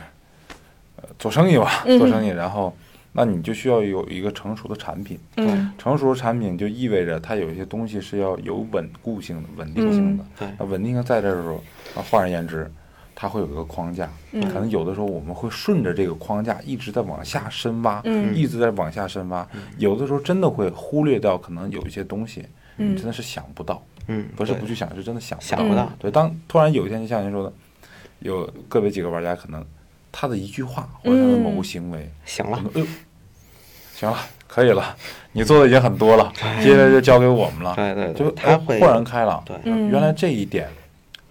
Speaker 2: 呃做生意吧，
Speaker 5: 嗯
Speaker 2: 做生意，然后那你就需要有一个成熟的产品，
Speaker 5: 嗯
Speaker 2: 成熟产品就意味着它有一些东西是要有稳固性的、稳定性的。
Speaker 1: 对
Speaker 2: 那稳定性在这儿的时候，那换而言之，它会有一个框架。
Speaker 5: 嗯
Speaker 2: 可能有的时候我们会顺着这个框架一直在往下深挖，
Speaker 5: 嗯
Speaker 2: 一直在往下深挖。有的时候真的会忽略掉，可能有一些东西
Speaker 5: 嗯
Speaker 2: 你真的是想不到，
Speaker 1: 嗯，
Speaker 2: 不是
Speaker 1: 对
Speaker 2: 不去想，是真的想不
Speaker 1: 想
Speaker 2: 到。
Speaker 1: 不
Speaker 5: 嗯
Speaker 1: 到。
Speaker 2: 对，当突然有一天，就像您说的，有个别几个玩家可能他的一句话或者他的某个
Speaker 5: 嗯
Speaker 2: 行为，
Speaker 1: 行
Speaker 2: 我
Speaker 1: 了
Speaker 2: 们，哎呦，行了，可以了，你做的已经很多了，接下来就交给我们了。
Speaker 1: 哎对对对
Speaker 2: 就
Speaker 1: 他会
Speaker 2: 豁然开朗。
Speaker 1: 对
Speaker 5: 嗯
Speaker 2: 原来这一点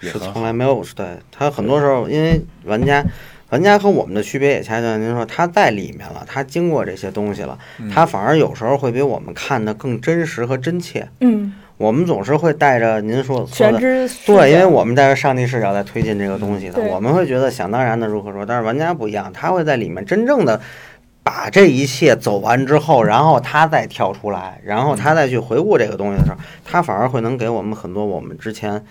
Speaker 2: 也
Speaker 1: 是
Speaker 2: 很
Speaker 1: 从
Speaker 2: 好。嗯
Speaker 1: 来没有对他很多时候，因为玩家，玩家和我们的区别也恰恰像您说，他在里面了，他经过这些东西了，
Speaker 2: 嗯
Speaker 1: 他反而有时候会比我们看的更真实和真切。
Speaker 5: 嗯，
Speaker 1: 我们总是会带着您说说
Speaker 5: 全
Speaker 1: 的。
Speaker 5: 知
Speaker 1: 对，因为我们带着上帝视角在推进这个东西的，
Speaker 5: 嗯对
Speaker 1: 我们会觉得想当然的如何说，但是玩家不一样，他会在里面真正的把这一切走完之后，然后他再跳出来，然后他再去回顾这个东西的时候，他反而会能给我们很多我们之前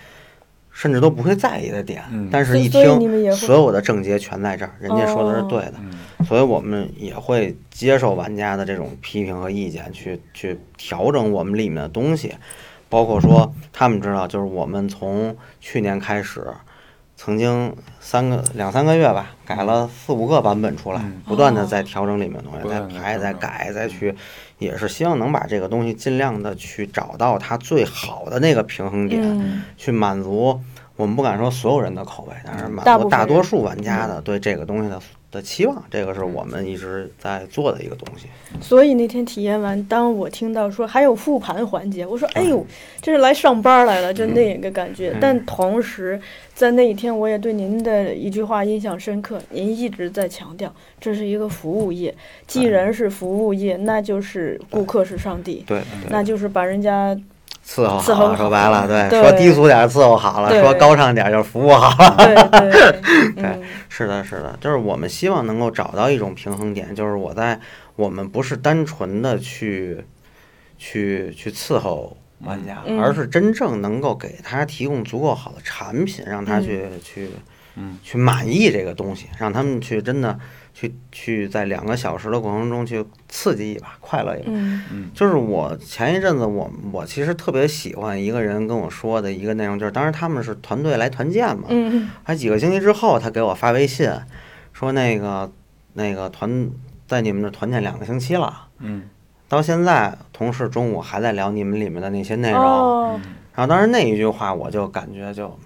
Speaker 1: 甚至都不会在意的点。
Speaker 2: 嗯
Speaker 1: 但是，
Speaker 5: 所
Speaker 1: 一
Speaker 5: 以所以你
Speaker 1: 听
Speaker 5: 们也
Speaker 1: 所
Speaker 5: 会
Speaker 1: 有的症结全在这儿，人家说的是对的，
Speaker 2: 嗯，
Speaker 1: 所以我们也会接受玩家的这种批评和意见，去去调整我们里面的东西，包括说他们知道，就是我们从去年开始，曾经三个两三个月吧，改了四五个版本出来，
Speaker 2: 嗯
Speaker 1: 不断的在调整里面的东西，
Speaker 2: 不
Speaker 1: 再
Speaker 2: 断地
Speaker 1: 排、
Speaker 2: 调
Speaker 1: 再
Speaker 2: 整
Speaker 1: 改、再去，也是希望能把这个东西尽量的去找到它最好的那个平衡点，
Speaker 5: 嗯
Speaker 1: 去满足我们不敢说所有人的口味，但是满
Speaker 5: 大部
Speaker 1: 足
Speaker 5: 分
Speaker 1: 大
Speaker 5: 人嗯
Speaker 1: 多数玩家的对这个东西的的期望，这个是我们一直在做的一个东西。
Speaker 5: 所以那天体验完，当我听到说还有复盘环节，我说：“哎呦，这是来上班来了，就那个感
Speaker 2: 嗯
Speaker 5: 觉。但同时，在那一天，我也对您的一句话印象深刻。您一直在强调，这是一个服务业，既
Speaker 2: 哎
Speaker 5: 然是服务业，那就是顾客是上帝，
Speaker 1: 对，
Speaker 5: 那就是把 人家
Speaker 1: 伺候
Speaker 5: 伺
Speaker 1: 好
Speaker 5: 候
Speaker 1: 了，说
Speaker 5: 好
Speaker 1: 白了，
Speaker 5: 对
Speaker 1: 说低俗点儿伺候好了，
Speaker 5: 对
Speaker 1: 说高尚点儿就是服务好了。
Speaker 5: 对 对，嗯，
Speaker 1: 是的，是的，就是我们希望能够找到一种平衡点，就是我在我们不是单纯的去去去伺候玩家，
Speaker 5: 嗯
Speaker 1: 而是真正能够给他提供足够好的产品，让他去、去
Speaker 2: 嗯
Speaker 1: 去满意这个东西，让他们去真的去去在两个小时的过程中去刺激一把，快乐一把。
Speaker 5: 嗯
Speaker 1: 就是我前一阵子我我其实特别喜欢一个人跟我说的一个内容，就是当时他们是团队来团建嘛，
Speaker 5: 嗯
Speaker 1: 还几个星期之后，他给我发微信，说那个那个团在你们这团建两个星期了，
Speaker 2: 嗯，
Speaker 1: 到现在同事中午还在聊你们里面的那些内容，
Speaker 5: 哦，
Speaker 1: 然后当时那一句话我就感觉就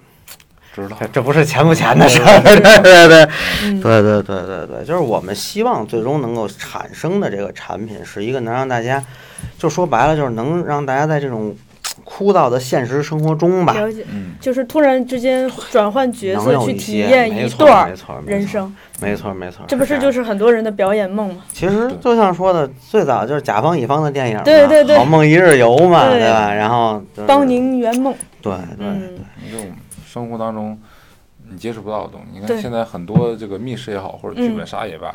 Speaker 2: 知道
Speaker 1: 这。这不是钱不钱的事儿，哦对对对
Speaker 5: 嗯
Speaker 1: 对对对对对，就是我们希望最终能够产生的这个产品是一个能让大家，就说白了就是能让大家在这种枯燥的现实生活中吧，
Speaker 5: 了解，
Speaker 2: 嗯，
Speaker 5: 就是突然之间转换角
Speaker 1: 能
Speaker 5: 色
Speaker 1: 有
Speaker 5: 去
Speaker 1: 一
Speaker 5: 体
Speaker 1: 些
Speaker 5: 验
Speaker 1: 没
Speaker 5: 一
Speaker 1: 错
Speaker 5: 段
Speaker 1: 没
Speaker 5: 儿
Speaker 1: 错没
Speaker 5: 人
Speaker 1: 错
Speaker 5: 生，
Speaker 1: 没错没错，
Speaker 5: 这不是
Speaker 1: 样
Speaker 5: 就是很多人的表演梦吗？
Speaker 1: 其实
Speaker 2: 对
Speaker 1: 就像说的，最早就是甲方乙方的电影嘛，
Speaker 5: 对对对
Speaker 1: 好梦一日游嘛，
Speaker 5: 对
Speaker 1: 对吧？然后就是
Speaker 5: 帮您圆梦。
Speaker 1: 对对
Speaker 5: 嗯
Speaker 2: 你这种生活当中你接触不到的东西，你
Speaker 5: 对
Speaker 2: 看现在很多这个密室也好，或者
Speaker 5: 嗯
Speaker 2: 剧本杀也罢，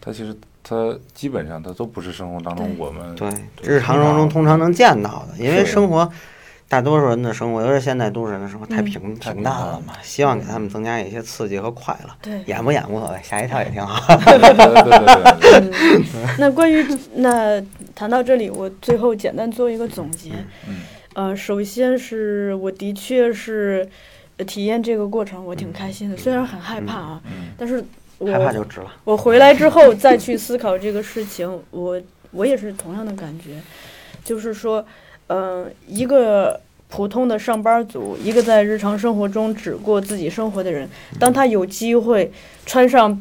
Speaker 2: 它其实它基本上它都不是生活当中
Speaker 5: 对
Speaker 2: 我们
Speaker 1: 对，
Speaker 2: 对
Speaker 1: 日常生活中通常能见到的，因为
Speaker 2: 是
Speaker 1: 生活大多数人的生活，尤其是现在都市人的生
Speaker 5: 嗯
Speaker 1: 活太平、
Speaker 2: 太
Speaker 1: 平淡
Speaker 2: 平淡
Speaker 1: 了
Speaker 2: 了
Speaker 1: 嘛，希望给他们增加一些刺激和快乐。
Speaker 5: 对
Speaker 1: 演不演无所谓，吓一跳也挺好。
Speaker 2: 对对对对对对，
Speaker 5: 嗯那关于那谈到这里，我最后简单做一个总结。
Speaker 2: 嗯
Speaker 5: 呃，首先是我的确是呃体验这个过程，我挺开心的，虽然很害怕啊，
Speaker 2: 嗯
Speaker 5: 但是
Speaker 1: 嗯害怕
Speaker 5: 我
Speaker 1: 就值了。
Speaker 5: 我回来之后再去思考这个事情，我我也是同样的感觉，就是说，嗯、一个。普通的上班族，一个在日常生活中只过自己生活的人，当他有机会穿上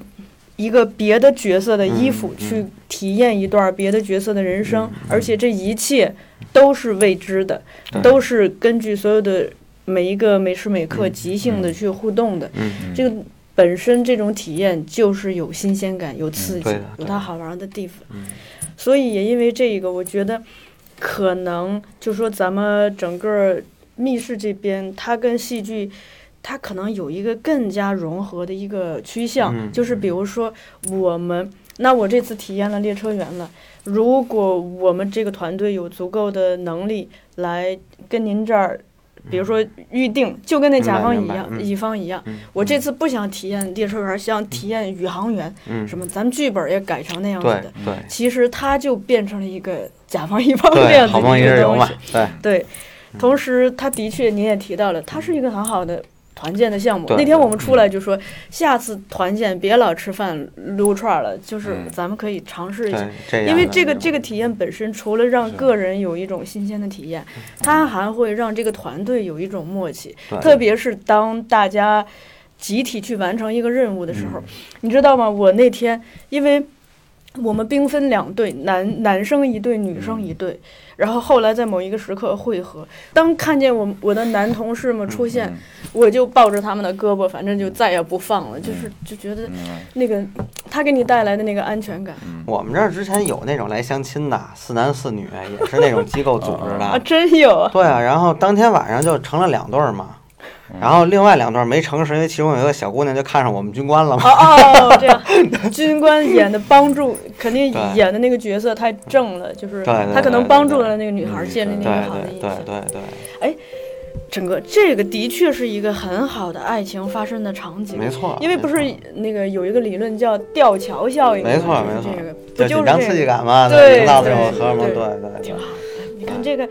Speaker 5: 一个别的角色的衣服，
Speaker 1: 嗯嗯嗯
Speaker 5: 去体验一段别的角色的人生，而且这一切都是未知的，
Speaker 1: 对
Speaker 5: 都是根据所有的每一个每时每刻即兴的
Speaker 2: 嗯
Speaker 5: 去互动的。
Speaker 1: 嗯，
Speaker 2: 嗯
Speaker 5: 这个本身这种体验就是有新鲜感、有刺
Speaker 1: 嗯
Speaker 5: 激
Speaker 1: 对的、
Speaker 5: 有
Speaker 1: 对
Speaker 5: 它
Speaker 1: 的
Speaker 5: 好玩的地方。
Speaker 1: 嗯
Speaker 5: 所以也因为这个，我觉得可能就说咱们整个密室这边，它跟戏剧。它可能有一个更加融合的一个趋向，
Speaker 1: 嗯
Speaker 5: 就是比如说我们，那我这次体验了列车员了，如果我们这个团队有足够的能力来跟您这儿，比如说预定，就跟那甲方一
Speaker 1: 嗯明白
Speaker 5: 样
Speaker 1: 明，白嗯
Speaker 5: 乙方一样，
Speaker 1: 嗯
Speaker 5: 我这次不想体验列车员，想体验宇航员，
Speaker 1: 嗯，
Speaker 5: 什么咱们剧本也改成那样子
Speaker 1: 对
Speaker 5: 的。
Speaker 1: 对
Speaker 5: 其实它就变成了一个甲方乙方这
Speaker 1: 对，
Speaker 5: 样
Speaker 1: 好
Speaker 5: 子
Speaker 1: 梦
Speaker 5: 的
Speaker 1: 一
Speaker 5: 一
Speaker 1: 日
Speaker 5: 个
Speaker 1: 游
Speaker 5: 东
Speaker 1: 嘛
Speaker 5: 西。，
Speaker 1: 对，
Speaker 5: 对，
Speaker 1: 嗯
Speaker 5: 同时它的确您也提到了，它是一个很好的团建的项目。
Speaker 1: 对嗯
Speaker 5: 那天我们出来就说，下次团建别老吃饭撸串儿了，就是
Speaker 2: 嗯
Speaker 5: 咱们可以尝试一下
Speaker 1: 对，这样
Speaker 5: 因为
Speaker 1: 的
Speaker 5: 这个
Speaker 1: 那种
Speaker 5: 这个体验本身，除了让
Speaker 2: 是
Speaker 5: 个人有一种新鲜的体
Speaker 1: 嗯
Speaker 5: 验，它还会让这个团队有一种默契。
Speaker 2: 啊
Speaker 1: 对
Speaker 5: 特别是当大家集体去完成一个任务的时候，
Speaker 2: 嗯
Speaker 5: 你知道吗？我那天因为我们兵分两队，男男生一队，女
Speaker 2: 嗯
Speaker 5: 生一队，然后后来在某一个时刻汇合。当看见我我的男同事们出现，
Speaker 2: 嗯
Speaker 5: 我就抱着他们的胳膊，反正就再也不放了，就是就觉得
Speaker 2: 嗯
Speaker 5: 那个他给你带来的那个安全感。
Speaker 1: 我们这儿之前有那种来相亲的，四男四女，也是那种机构组织
Speaker 5: 啊，
Speaker 1: 的。
Speaker 5: 真有啊！
Speaker 1: 对啊，然后当天晚上就成了两对儿嘛，然后另外两对儿没成，是因为其中有一个小姑娘就看上我们军官了嘛。
Speaker 5: 哦哦，这样，军官演的帮助，肯定
Speaker 1: 对
Speaker 5: 演的那个角色太正了，就是
Speaker 1: 对对
Speaker 5: 他可能
Speaker 1: 对
Speaker 5: 帮助
Speaker 1: 对对
Speaker 5: 了那个女孩建立
Speaker 1: 对
Speaker 5: 那个好的
Speaker 1: 对
Speaker 5: 印
Speaker 1: 对
Speaker 5: 象。
Speaker 1: 对对，
Speaker 5: 整个这个的确是一个很好的爱情发生的场景，
Speaker 1: 没错。
Speaker 5: 因为不是
Speaker 1: 没错
Speaker 5: 那个有一个理论叫吊桥效应吗，
Speaker 1: 没错
Speaker 5: 就是
Speaker 1: 没错
Speaker 5: 这个不
Speaker 1: 就
Speaker 5: 就
Speaker 1: 紧
Speaker 5: 是
Speaker 1: 张
Speaker 5: 这
Speaker 1: 刺激
Speaker 5: 个？
Speaker 1: 感嘛，
Speaker 5: 对
Speaker 1: 营造这种
Speaker 5: 对
Speaker 1: 荷尔蒙，
Speaker 5: 对
Speaker 1: 对对
Speaker 5: 挺
Speaker 1: 对
Speaker 5: 好。的，你看这个，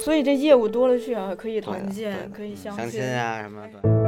Speaker 5: 所以这业务多了去啊，可以团
Speaker 1: 对的对，
Speaker 5: 建
Speaker 1: 的
Speaker 5: 可以相哎
Speaker 1: 相亲
Speaker 5: 亲
Speaker 1: 啊什么的。